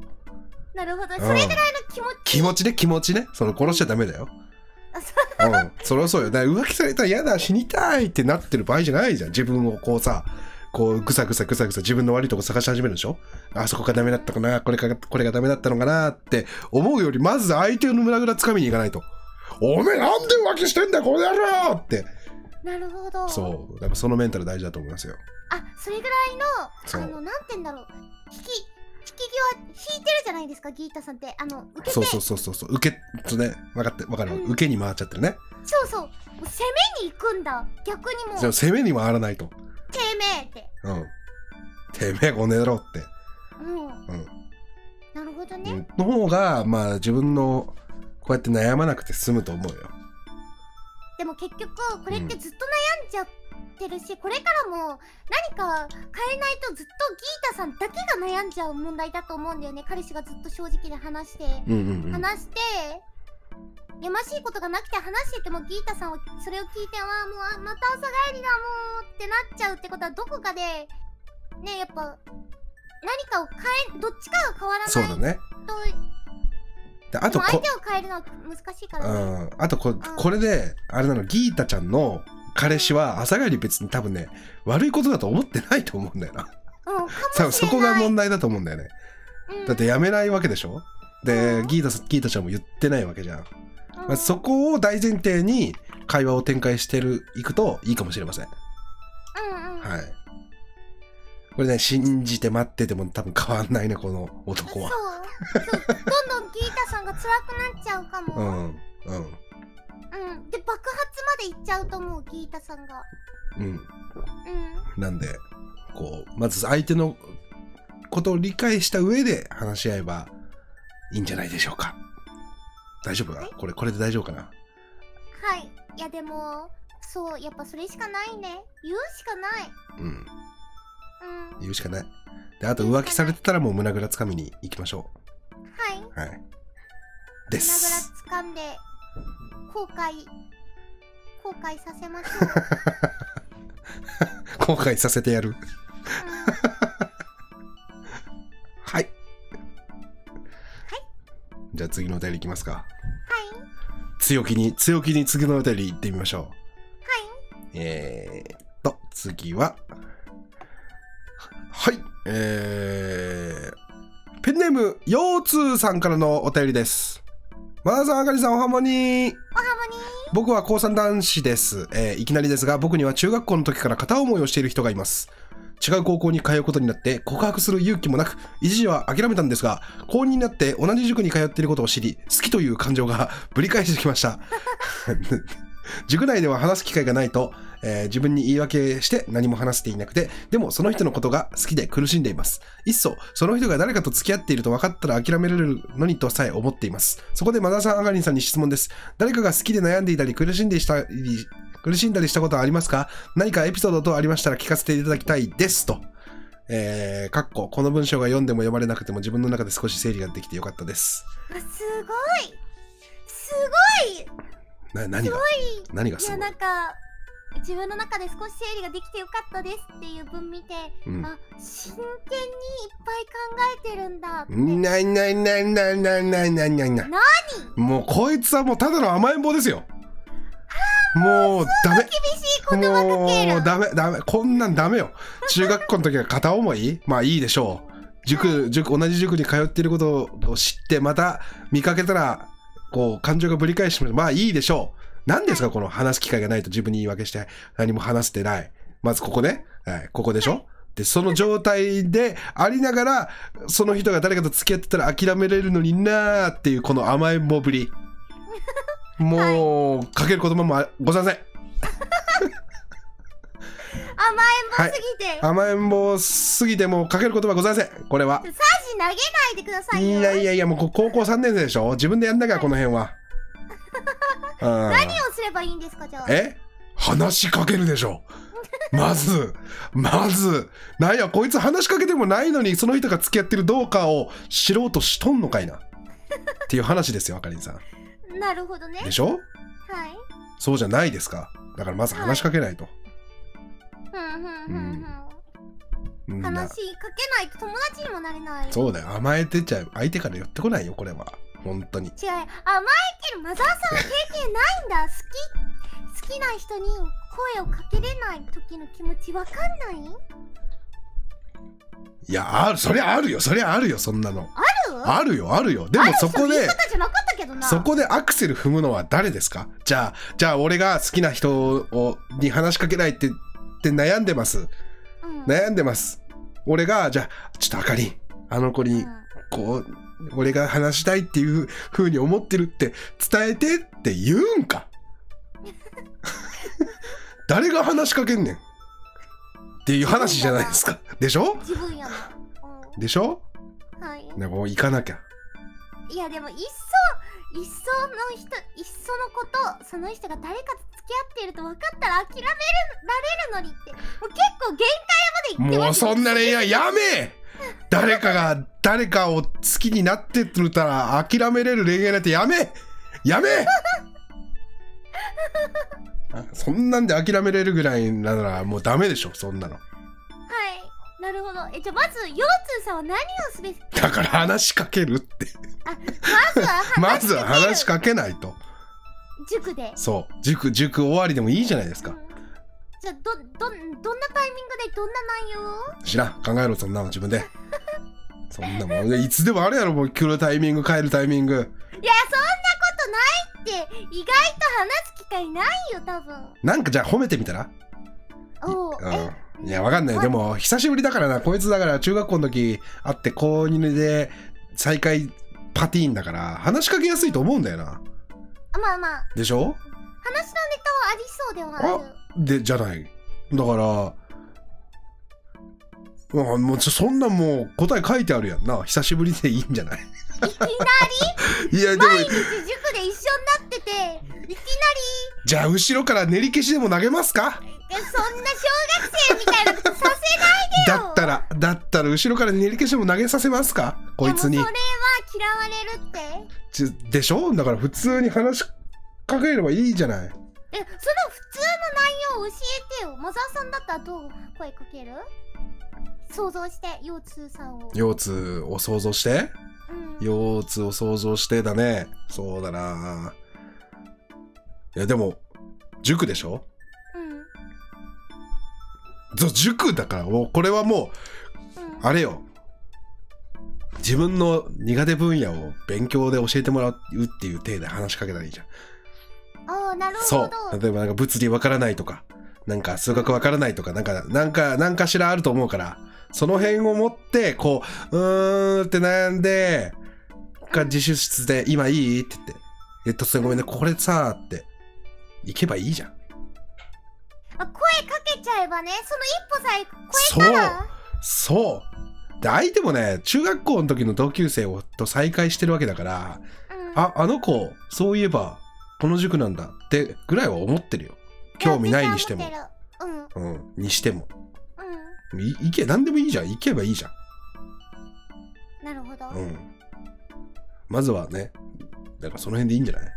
[SPEAKER 2] なるほど
[SPEAKER 1] ん
[SPEAKER 2] それぐらいの気持ち
[SPEAKER 1] 気持ちね気持ちねその殺しちゃダメだ よ
[SPEAKER 2] あそ
[SPEAKER 1] うんそりゃそうよだから浮気されたら嫌だ死にたいってなってる場合じゃないじゃん自分をこうさこうぐさぐさぐさぐさ自分の悪いとこ探し始めるでしょあそこがダメだったかなこれかこれがダメだったのかなって思うよりまず相手の胸ぐらつかみに行かないと「おめえなんで浮気してんだよこの野郎!」って
[SPEAKER 2] なるほど
[SPEAKER 1] そう、だからそのメンタル大事だと思いますよ。
[SPEAKER 2] あそれぐらい
[SPEAKER 1] そう
[SPEAKER 2] のあのなんて言うんだろう引き引き際引いてるじゃないですかギータさんってあの受けて
[SPEAKER 1] そうそうそうそうそう、受け、そうね、分かって、分かる、
[SPEAKER 2] うん
[SPEAKER 1] 受けに回っちゃってるね。
[SPEAKER 2] そうそうもう攻めに行くんだ逆にもう
[SPEAKER 1] じゃあ攻めに回らないと。
[SPEAKER 2] てめえって
[SPEAKER 1] うん。てめえ、この野郎って。
[SPEAKER 2] うん、
[SPEAKER 1] ん
[SPEAKER 2] なるほどね、
[SPEAKER 1] うんの方が、まあ、自分の。こうやって悩まなくて済むと思うよ。
[SPEAKER 2] でも結局これってずっと悩んじゃってるし、これからも何か変えないとずっとギータさんだけが悩んじゃう問題だと思うんだよね彼氏がずっと正直で話して、
[SPEAKER 1] うんうんうん。
[SPEAKER 2] 話してやましいことがなくて話しててもギータさんはそれを聞いてはもうあまた朝帰りだもうってなっちゃうってことはどこかでねやっぱ何かを変えどっちかが変わらないと
[SPEAKER 1] そうだね。であ
[SPEAKER 2] で
[SPEAKER 1] と
[SPEAKER 2] も相
[SPEAKER 1] こ、
[SPEAKER 2] 手を変えるのは難しいか
[SPEAKER 1] う
[SPEAKER 2] らね
[SPEAKER 1] ん、あとこ、これで、あれなの、ギータちゃんの。彼氏は朝帰り別に多分ね悪いことだと思ってないと思うんだよな
[SPEAKER 2] うんか
[SPEAKER 1] 多
[SPEAKER 2] も
[SPEAKER 1] 分
[SPEAKER 2] し
[SPEAKER 1] そ
[SPEAKER 2] れない
[SPEAKER 1] こが問題だと思うんだよね
[SPEAKER 2] うん
[SPEAKER 1] だってやめないわけでしょで、
[SPEAKER 2] うん
[SPEAKER 1] ギータさんギータちゃんも言ってないわけじゃん、
[SPEAKER 2] うん
[SPEAKER 1] まあ、そこを大前提に会話を展開してるいくといいかもしれませんは
[SPEAKER 2] うんうん
[SPEAKER 1] いこれね信じて待ってても多分変わんないねこの男は
[SPEAKER 2] そうそうどんどんギータさんが辛くなっちゃうか
[SPEAKER 1] う
[SPEAKER 2] も、うん
[SPEAKER 1] んうん
[SPEAKER 2] で爆発までいっちゃうと思うギータさんが
[SPEAKER 1] うん
[SPEAKER 2] うん
[SPEAKER 1] なんでこうまず相手のことを理解した上で話し合えばいいんじゃないでしょうか大丈夫かなこれこれで大丈夫かな
[SPEAKER 2] はいいやでもそうやっぱそれしかないね言うしかない
[SPEAKER 1] うん
[SPEAKER 2] うん。はい。
[SPEAKER 1] 言うしかないであと浮気されてたらもう胸ぐらつかみに行きましょ
[SPEAKER 2] 胸
[SPEAKER 1] うはい
[SPEAKER 2] ぐら
[SPEAKER 1] です
[SPEAKER 2] 掴んで、後悔、後悔させま しょう。
[SPEAKER 1] 後悔させてやる
[SPEAKER 2] うん
[SPEAKER 1] はいじゃあ次のお便りいきますか
[SPEAKER 2] はい。
[SPEAKER 1] 強気に強気に次のお便り行ってみましょうはいえー、っと次ははいえー、ペンネーム腰痛さんからのお便りですマナさんあかりさんおはもに
[SPEAKER 2] おはもに
[SPEAKER 1] 僕は高三男子です、えーいきなりですが僕には中学校の時から片思いをしている人がいます違う高校に通うことになって告白する勇気もなく一時は諦めたんですが高2になって同じ塾に通っていることを知り好きという感情が ぶり返してきました 塾内では話す機会がないと、えー自分に言い訳して何も話していなくてでもその人のことが好きで苦しんでいますいっそその人が誰かと付き合っていると分かったら諦められるのにとさえ思っていますそこでマザーさんアガリンさんに質問です誰かが好きで悩んでいたり苦しんでしたり苦しんだりしたことはありますか何かエピソード等ありましたら聞かせていただきたいですと。えー、かっここの文章が読んでも読まれなくても自分の中で少し整理ができてよかったです。
[SPEAKER 2] あすごいすご
[SPEAKER 1] な何が
[SPEAKER 2] い
[SPEAKER 1] 何が
[SPEAKER 2] い
[SPEAKER 1] す
[SPEAKER 2] や
[SPEAKER 1] ごい
[SPEAKER 2] なんか自分の中で少し整理ができてよかったですっていう文見て、
[SPEAKER 1] うん
[SPEAKER 2] あ真剣にいっぱい考えてるんだって、
[SPEAKER 1] ないないないないないないないないない
[SPEAKER 2] 何
[SPEAKER 1] もうこいつはもうただの甘えん坊ですよもうダメ
[SPEAKER 2] 厳しい言葉かけ
[SPEAKER 1] も
[SPEAKER 2] る
[SPEAKER 1] うダメダメこんなんダメよ中学校の時は片思い まあいいでしょう塾塾同じ塾に通っていることを知ってまた見かけたらこう感情がぶり返してもまあいいでしょう何ですかこの話す機会がないと自分に言い訳して何も話してないまずここね、はい、ここでしょでその状態でありながらその人が誰かと付き合ってたら諦めれるのになーっていうこの甘えん坊ぶ りもう、かける言葉もあございません
[SPEAKER 2] 甘えん坊すぎて、
[SPEAKER 1] 甘えん坊すぎてもうかける言葉ございませんこれは
[SPEAKER 2] サジ投げないでください
[SPEAKER 1] い
[SPEAKER 2] よ
[SPEAKER 1] やいやいやもうこ高校3年生でしょ自分でやんなきゃこの辺 はうん
[SPEAKER 2] 何をすればいいんですかじゃあ
[SPEAKER 1] え話しかけるでしょまずまずなんやこいつ話しかけてもないのにその人が付き合ってるどうかを知ろうとしとんのかいなっていう話ですよあかりんさん
[SPEAKER 2] なるほどね
[SPEAKER 1] でしょ
[SPEAKER 2] はい
[SPEAKER 1] そうじゃないですかだからまず話しかけないと、
[SPEAKER 2] ふんふんふんふん
[SPEAKER 1] うんな
[SPEAKER 2] 話しかけないと友達にもなれない
[SPEAKER 1] そうだよ甘えてちゃう相手から寄ってこないよこれは本当に
[SPEAKER 2] 違う甘えてるマザーさんは経験ないんだ好き好きな人に声をかけれない時の気持ちわかんない
[SPEAKER 1] いや、ある、そりゃあるよ、そりゃあるよ、そんなの。
[SPEAKER 2] ある
[SPEAKER 1] あるよ、あるよ。でもそこ
[SPEAKER 2] 言い
[SPEAKER 1] で、
[SPEAKER 2] 方じゃなかったけどな
[SPEAKER 1] そこでアクセル踏むのは誰ですかじゃあ、じゃあ俺が好きな人をに話しかけないってって悩んでます。
[SPEAKER 2] うん
[SPEAKER 1] 悩んでます。俺が、じゃあ、ちょっとあかりん、あの子
[SPEAKER 2] う
[SPEAKER 1] に
[SPEAKER 2] ん、
[SPEAKER 1] こう、俺が話したいっていう風に思ってるって伝えてって言うん か誰が話しかけんねんっていう話じゃないですか。でしょ
[SPEAKER 2] 自分やな、う
[SPEAKER 1] でしょ
[SPEAKER 2] んはい、
[SPEAKER 1] ねもう行かなきゃ。
[SPEAKER 2] いやでもいっそいっその人いっそのことその人が誰かと付き合っていると分かったら諦めるられるのにってもう結構限界までいって
[SPEAKER 1] も
[SPEAKER 2] ま
[SPEAKER 1] う
[SPEAKER 2] すよ
[SPEAKER 1] そんな恋愛やめえ誰かが誰かを好きになってってたら諦めれる恋愛なんてやめえやめえあそんなんで諦めれるぐらいならもうダメでしょそんなの
[SPEAKER 2] はいなるほどえじゃあまず腰痛さんは何をすべき
[SPEAKER 1] だから話しかけるって
[SPEAKER 2] まず
[SPEAKER 1] まずは
[SPEAKER 2] は話しかける
[SPEAKER 1] 話しかけないと
[SPEAKER 2] 塾で
[SPEAKER 1] そう塾塾終わりでもいいじゃないです
[SPEAKER 2] う
[SPEAKER 1] か
[SPEAKER 2] んじゃあどどんどんなタイミングでどんな内容を
[SPEAKER 1] 知らん考えろそんなの自分でそんなもんいつでもあるやろもう来るタイミング帰るタイミング
[SPEAKER 2] いやそんなことないって意外と話す機会ないよ多分
[SPEAKER 1] なんかじゃあ褒めてみたら
[SPEAKER 2] おうえ
[SPEAKER 1] うん、いやわかんないでも久しぶりだからなこいつだから中学校の時会って高2で再会パティーンだから話しかけやすいと思うんだよな
[SPEAKER 2] あまあまあ
[SPEAKER 1] でしょ
[SPEAKER 2] 話のネタはありそうではある
[SPEAKER 1] でじゃないだからうんもうちょそんなんもう答え書いてあるやんな久しぶりでいいんじゃない
[SPEAKER 2] い きなり
[SPEAKER 1] いやでも
[SPEAKER 2] 毎日塾で一緒になってていきなり
[SPEAKER 1] じゃあ後ろから練り消しでも投げますか
[SPEAKER 2] えやそんな小学生みたいなことさせないでよ
[SPEAKER 1] だったらだったら後ろから練り消しも投げさせますかこいつ
[SPEAKER 2] で
[SPEAKER 1] に
[SPEAKER 2] もそれは嫌われるって
[SPEAKER 1] ちでしょだから普通に話しかければいいじゃない
[SPEAKER 2] えその普通の内容を教えてよマザーさんだったらどう声かける想像して腰痛さんを
[SPEAKER 1] 腰痛を想像して
[SPEAKER 2] うん
[SPEAKER 1] 腰痛を想像してだねそうだないやでも塾でしょ
[SPEAKER 2] うん
[SPEAKER 1] ぞ塾だからもうこれはも
[SPEAKER 2] うん
[SPEAKER 1] うあれよ自分の苦手分野を勉強で教えてもらうっていう体で話しかけたらいいじゃん
[SPEAKER 2] ああなる
[SPEAKER 1] そ
[SPEAKER 2] ほ
[SPEAKER 1] う
[SPEAKER 2] ど
[SPEAKER 1] 例えばなんか物理わからないとかなんか数学わからないとかなんかなんかなんかしらあると思うからその辺を持ってこううーんって悩んでが自習室で「今いい?」って言って「えっとすごめんねこれさ」って行けばいいじゃん
[SPEAKER 2] あ声かけちゃえばねその一歩さえ越えたら
[SPEAKER 1] そうで相手もね中学校の時の同級生をと再会してるわけだから
[SPEAKER 2] うん
[SPEAKER 1] ああの子そういえばこの塾なんだってぐらいは思ってるよ興味ないにしても
[SPEAKER 2] や絶対思ってる
[SPEAKER 1] うんにしても
[SPEAKER 2] うんうん
[SPEAKER 1] い行け何でもいいじゃん行けばいいじゃん
[SPEAKER 2] なるほど、
[SPEAKER 1] うん。まずはね、だからその辺でいいんじゃない、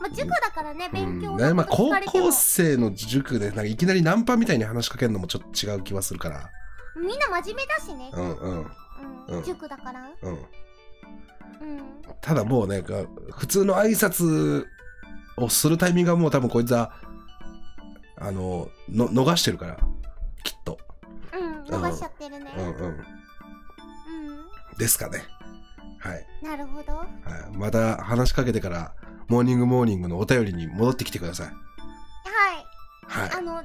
[SPEAKER 2] まあ、塾だからね、
[SPEAKER 1] う
[SPEAKER 2] 勉強
[SPEAKER 1] ん、
[SPEAKER 2] の
[SPEAKER 1] ねまあ
[SPEAKER 2] こ
[SPEAKER 1] 高
[SPEAKER 2] と聞かれても
[SPEAKER 1] 校生の塾でなんかいきなりナンパみたいに話しかけるのもちょっと違う気はするから。
[SPEAKER 2] みんな真面目だしね
[SPEAKER 1] う、んうん
[SPEAKER 2] うん
[SPEAKER 1] うん
[SPEAKER 2] 塾だから、
[SPEAKER 1] うん。
[SPEAKER 2] うん、
[SPEAKER 1] ただもうね、が普通の挨拶をするタイミングはもう多分こいつは、あの、の逃してるから、きっと。
[SPEAKER 2] うん、逃しちゃってるね、
[SPEAKER 1] うんうん。
[SPEAKER 2] うん
[SPEAKER 1] ですかね。はい。
[SPEAKER 2] なるほどは
[SPEAKER 1] はい、また話しかけてから、モーニングモーニングのお便りに戻ってきてください。
[SPEAKER 2] い
[SPEAKER 1] はい。
[SPEAKER 2] あの話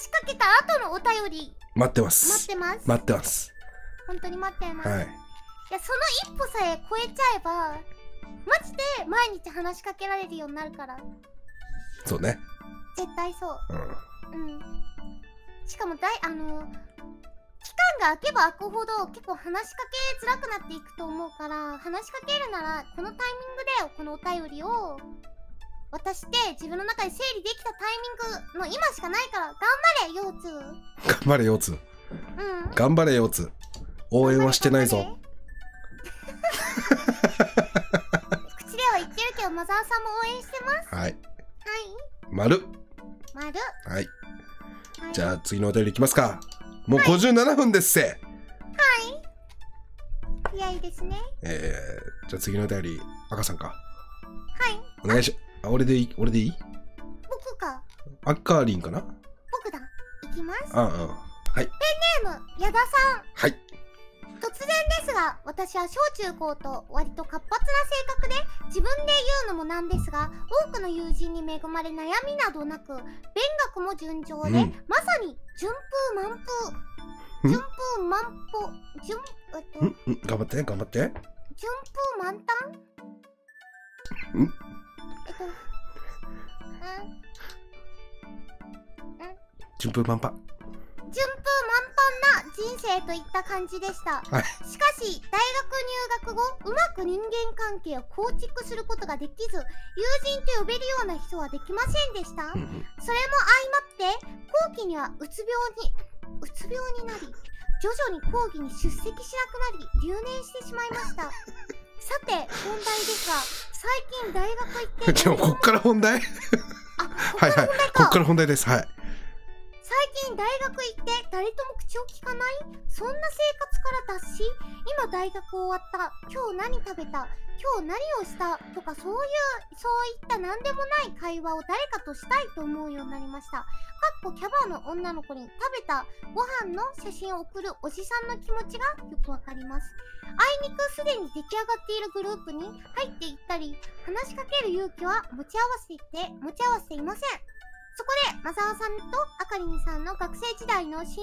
[SPEAKER 2] しかけた後のお便り
[SPEAKER 1] 待ってます。
[SPEAKER 2] 待ってます
[SPEAKER 1] 待ってます。
[SPEAKER 2] 本当に待ってます、、
[SPEAKER 1] はいい。
[SPEAKER 2] やその一歩さえ越えちゃえばマジで毎日話しかけられるようになるから
[SPEAKER 1] そうね。
[SPEAKER 2] 絶対そう
[SPEAKER 1] うん。
[SPEAKER 2] うんしかもだいあの期間が空けば空くほど結構話しかけづらくなっていくと思うから話しかけるならこのタイミングでこのお便りを渡して自分の中で整理できたタイミングの今しかないから頑張れ腰
[SPEAKER 1] 頑張れ、腰痛。
[SPEAKER 2] 痛うん
[SPEAKER 1] 頑張れ、腰痛。応援はしてないぞ。
[SPEAKER 2] 口では言ってるけどマザーさんも応援してます
[SPEAKER 1] はい。
[SPEAKER 2] は
[SPEAKER 1] 丸。
[SPEAKER 2] い丸
[SPEAKER 1] はい。
[SPEAKER 2] はい
[SPEAKER 1] じゃあ、次のお便りいきますか。もう57分ですせ。
[SPEAKER 2] 早いですね
[SPEAKER 1] えー、じゃあ次のお便り、赤さんか。
[SPEAKER 2] はい
[SPEAKER 1] お願いし、あ、俺でいい俺でいい
[SPEAKER 2] 僕か
[SPEAKER 1] 赤リンかな
[SPEAKER 2] 僕だいきます
[SPEAKER 1] あうん。はい。
[SPEAKER 2] ゲーム矢田さん
[SPEAKER 1] はい。
[SPEAKER 2] 突然ですが私は小中高と割と活発な性格で自分で言うのもなんですが多くの友人に恵まれ悩みなどなく勉学も順調で、
[SPEAKER 1] うん
[SPEAKER 2] まさに順風満
[SPEAKER 1] ん
[SPEAKER 2] 風順風満歩順,、えっと、
[SPEAKER 1] うんうん。頑張って、頑張って。
[SPEAKER 2] 順風満タン
[SPEAKER 1] ん
[SPEAKER 2] えっとうん
[SPEAKER 1] 順風満帆。
[SPEAKER 2] 順風満帆な人生といった感じでした、
[SPEAKER 1] はい
[SPEAKER 2] しかし大学入学後うまく人間関係を構築することができず友人と呼べるような人はできませんでした、
[SPEAKER 1] うん うん。
[SPEAKER 2] それも相まって後期にはうつ病にうつ病になり徐々に講義に出席しなくなり留年してしまいましたさて本題ですが最近大学行 って
[SPEAKER 1] じゃあ、こっから本題
[SPEAKER 2] あこ
[SPEAKER 1] はいはい。こっ
[SPEAKER 2] か
[SPEAKER 1] から本題です。はい。
[SPEAKER 2] 最近大学行って誰とも口を聞かないそんな生活から脱し今大学終わった今日何食べた今日何をしたとかそういうそういった何でもない会話を誰かとしたいと思うようになりましたかっこキャバの女の子に食べたご飯の写真を送るおじさんの気持ちがよくわかりますあいにくすでに出来上がっているグループに入っていったり話しかける勇気は持ち合わせていて持ち合わせていませんそこで、マサオさんとアカリンさんの学生時代の親友と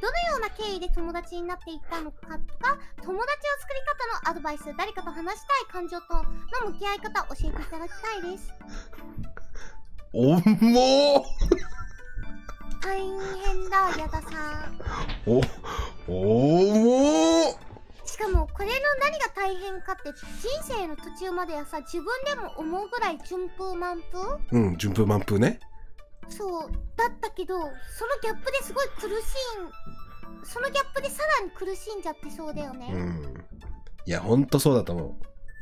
[SPEAKER 2] どのような経緯で友達になっていったのかとか、友達の作り方のアドバイス、誰かと話したい感情との向き合い方教えていただきたいです。
[SPEAKER 1] おんも
[SPEAKER 2] 大変だ、矢田さん。
[SPEAKER 1] ーお、おもー
[SPEAKER 2] しかも、これの何が大変かって、人生の途中まではさ、自分でも思うぐらい順風満風
[SPEAKER 1] うん、順風満風ね。
[SPEAKER 2] そうだったけどそのギャップですごい苦しいんそのギャップでさらに苦しんじゃってそうだよ
[SPEAKER 1] う
[SPEAKER 2] ね
[SPEAKER 1] んいやほんとそうだと思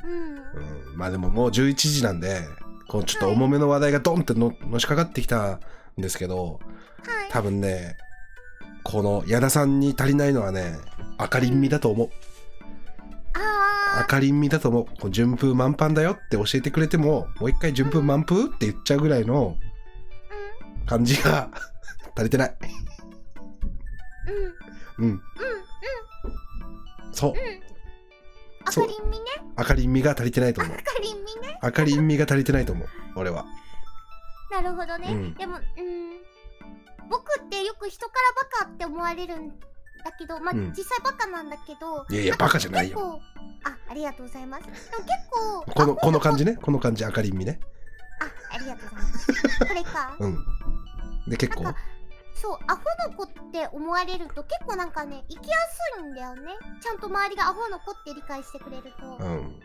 [SPEAKER 2] うん、
[SPEAKER 1] う、うん、まあでももう11時なんでこうちょっと重めの話題がドンってののしかかってきたんですけど
[SPEAKER 2] はい
[SPEAKER 1] 多分ねこの矢田さんに足りないのはね明かりんみだと思う
[SPEAKER 2] あ
[SPEAKER 1] 明かりんみだと思うこう順風満帆だよって教えてくれてももう一回順風満風って言っちゃうぐらいの感じが 足りてない
[SPEAKER 2] ーうんうんう
[SPEAKER 1] う
[SPEAKER 2] ん
[SPEAKER 1] んそう
[SPEAKER 2] あ
[SPEAKER 1] そ
[SPEAKER 2] か
[SPEAKER 1] う
[SPEAKER 2] りんみね
[SPEAKER 1] 明かりんみが足りてないと
[SPEAKER 2] あ
[SPEAKER 1] 思う
[SPEAKER 2] かりんみね
[SPEAKER 1] 明かりんみが足りてないと思う俺は
[SPEAKER 2] なるほどね、
[SPEAKER 1] うん
[SPEAKER 2] でもうん僕ってよく人からバカって思われるんだけどまあ、
[SPEAKER 1] うん
[SPEAKER 2] 実際バカなんだけど
[SPEAKER 1] いやいやバカじゃない
[SPEAKER 2] 結
[SPEAKER 1] よ
[SPEAKER 2] 構あありがとうございますでも結構
[SPEAKER 1] この
[SPEAKER 2] あ
[SPEAKER 1] この感じねこの感じ明かりんみね
[SPEAKER 2] あありがとうございますこ れか
[SPEAKER 1] うんで結構
[SPEAKER 2] なんかそうアホの子って思われると結構なんかね生きやすいんだよねちゃんと周りがアホの子って理解してくれると
[SPEAKER 1] うん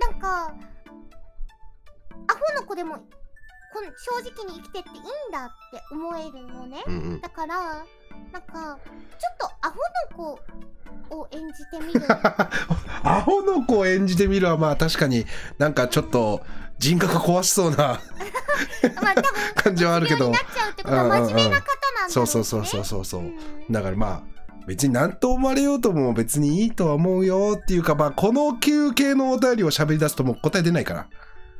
[SPEAKER 2] なんかアホの子でもこん正直に生きてっていいんだって思えるのね
[SPEAKER 1] うんうん
[SPEAKER 2] だからなんかちょっとアホの子を演じてみ るそう
[SPEAKER 1] アホの子を演じてみるはまあ確かになんかちょっと人格壊しそうな
[SPEAKER 2] まあ多分
[SPEAKER 1] 感じはあるけ
[SPEAKER 2] うつ病
[SPEAKER 1] ど
[SPEAKER 2] になっちゃうってことは真面目な方なんだろうね、
[SPEAKER 1] そうそうそうそうそうそううんだからまあ別に何と思われようとも別にいいとは思うよっていうかまあこの休憩のお便りを喋り出すともう答え出ないから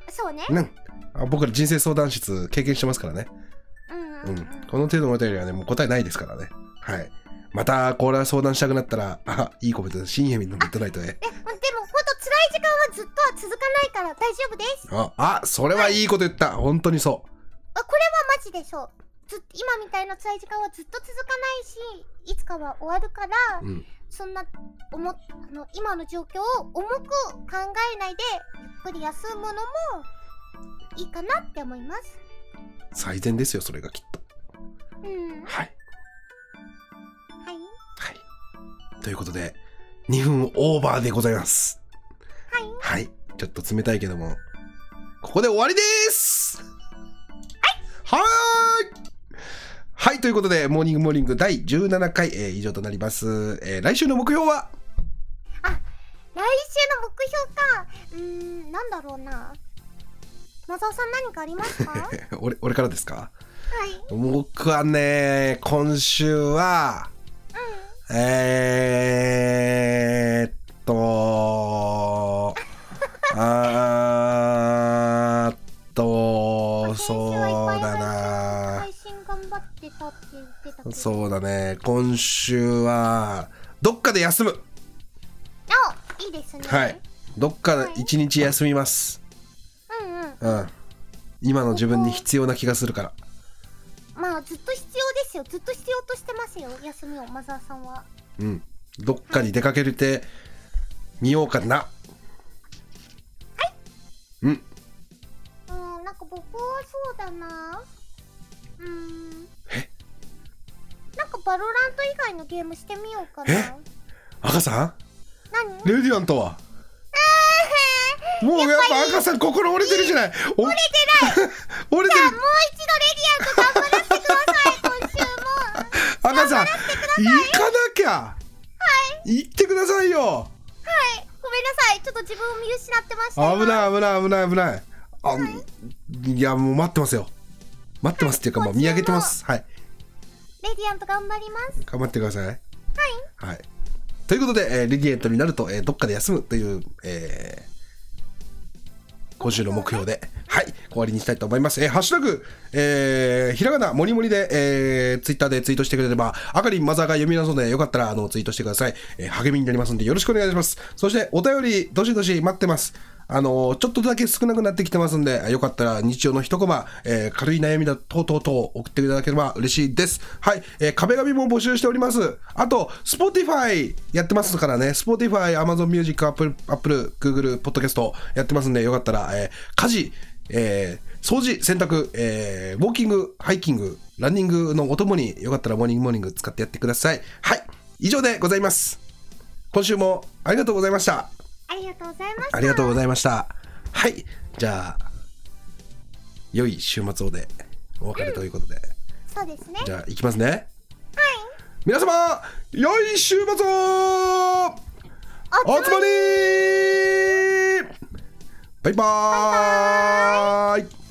[SPEAKER 2] そうね
[SPEAKER 1] うんあ僕ら人生相談室経験してますからね、
[SPEAKER 2] うんう
[SPEAKER 1] うん
[SPEAKER 2] うん
[SPEAKER 1] ん、この程度のお便りはねもう答えないですからねはいまたこれは相談したくなったらあいいコメントだ深夜に飲みたないとね
[SPEAKER 2] えでもほんと辛い時間はずっとは続かないから大丈夫です
[SPEAKER 1] ああそれはいいこと言った本当にそ
[SPEAKER 2] あこれはマジでそうずっと今みたいな辛い時間はずっと続かないしいつかは終わるから
[SPEAKER 1] う、うん、
[SPEAKER 2] そんな思っあの今の状況を重く考えないでゆっくり休むのもいいかなって思います
[SPEAKER 1] 最善ですよそれがきっと
[SPEAKER 2] うんは
[SPEAKER 1] はい
[SPEAKER 2] い
[SPEAKER 1] はいということで2分オーバーでございます
[SPEAKER 2] はい
[SPEAKER 1] はい、ちょっと冷たいけども、ここで終わりですはいはーいはい、ということで、モーニングモーニング第17回、えー以上となります。えー来週の目標は
[SPEAKER 2] 来週の目標かうーんなんだろうなマザオさん何かありま すかはい
[SPEAKER 1] 俺、俺からですか僕はね、今週は、えーっと、あーっと、そうだな
[SPEAKER 2] 配信頑張ってたって言ってたけど
[SPEAKER 1] そうだね今週はどっかで休む
[SPEAKER 2] あいいですね
[SPEAKER 1] はいどっかで一日休みます、
[SPEAKER 2] うんうん
[SPEAKER 1] うん今の自分に必要な気がするから
[SPEAKER 2] まあずっと必要ですよずっと必要としてますよ休みをマザーさんは
[SPEAKER 1] うんどっかに出かけてみようかなうん
[SPEAKER 2] うんなんか僕はそうだなうーん
[SPEAKER 1] え
[SPEAKER 2] なんかバロラント以外のゲームしてみようかな
[SPEAKER 1] え赤さ
[SPEAKER 2] 何
[SPEAKER 1] んレディアントはもうやっぱ赤さん心折れてるじゃない折れてない折れて
[SPEAKER 2] も
[SPEAKER 1] る
[SPEAKER 2] う一度レディアント頑張らせてください今週も
[SPEAKER 1] 赤さん行かなきゃ行ってくださいよ
[SPEAKER 2] はいごめんなさいちょっと自分を見失ってました
[SPEAKER 1] 危ない危ない危ない危ないあ、いやもう待ってますよ待ってますっていうか、
[SPEAKER 2] はい
[SPEAKER 1] まあ、見上げてますはい
[SPEAKER 2] レディアント頑張ります
[SPEAKER 1] 頑張ってくださいはい、はい、ということで、えー、リディエントになると、えーどっかで休むという、えー今週の目標で、はい、終わりにしたいと思います。えーハッシュタグ、えーひらがな、もりもりで、えツイッター Twitter でツイートしてくれれば、あかりんマザーが読み出すので、よかったら、あの、ツイートしてください。えー励みになりますんで、よろしくお願いします。そして、お便り、どしどし待ってます。あのーちょっとだけ少なくなってきてますんで、よかったら日曜の一コマ、えー軽い悩みだ、とうとうと送っていただければ嬉しいです。はい、えー壁紙も募集しております。あと、Spotify やってますからね、Spotify、Amazon Music、Apple、Apple Google、Podcast やってますんで、よかったら、えー家事、えー掃除、洗濯、えーウォーキング、ハイキング、ランニングのお供によかったらモーニングモーニング使ってやってください。はい、以上でございます。今週もありがとうございました。
[SPEAKER 2] ありがとうございました
[SPEAKER 1] ありがとうございました。はい。じゃあ、良い週末をで。お別れということで、
[SPEAKER 2] そうですね
[SPEAKER 1] じゃあ行きますねはい皆様良い週末を
[SPEAKER 2] お
[SPEAKER 1] おつまりバイバーイ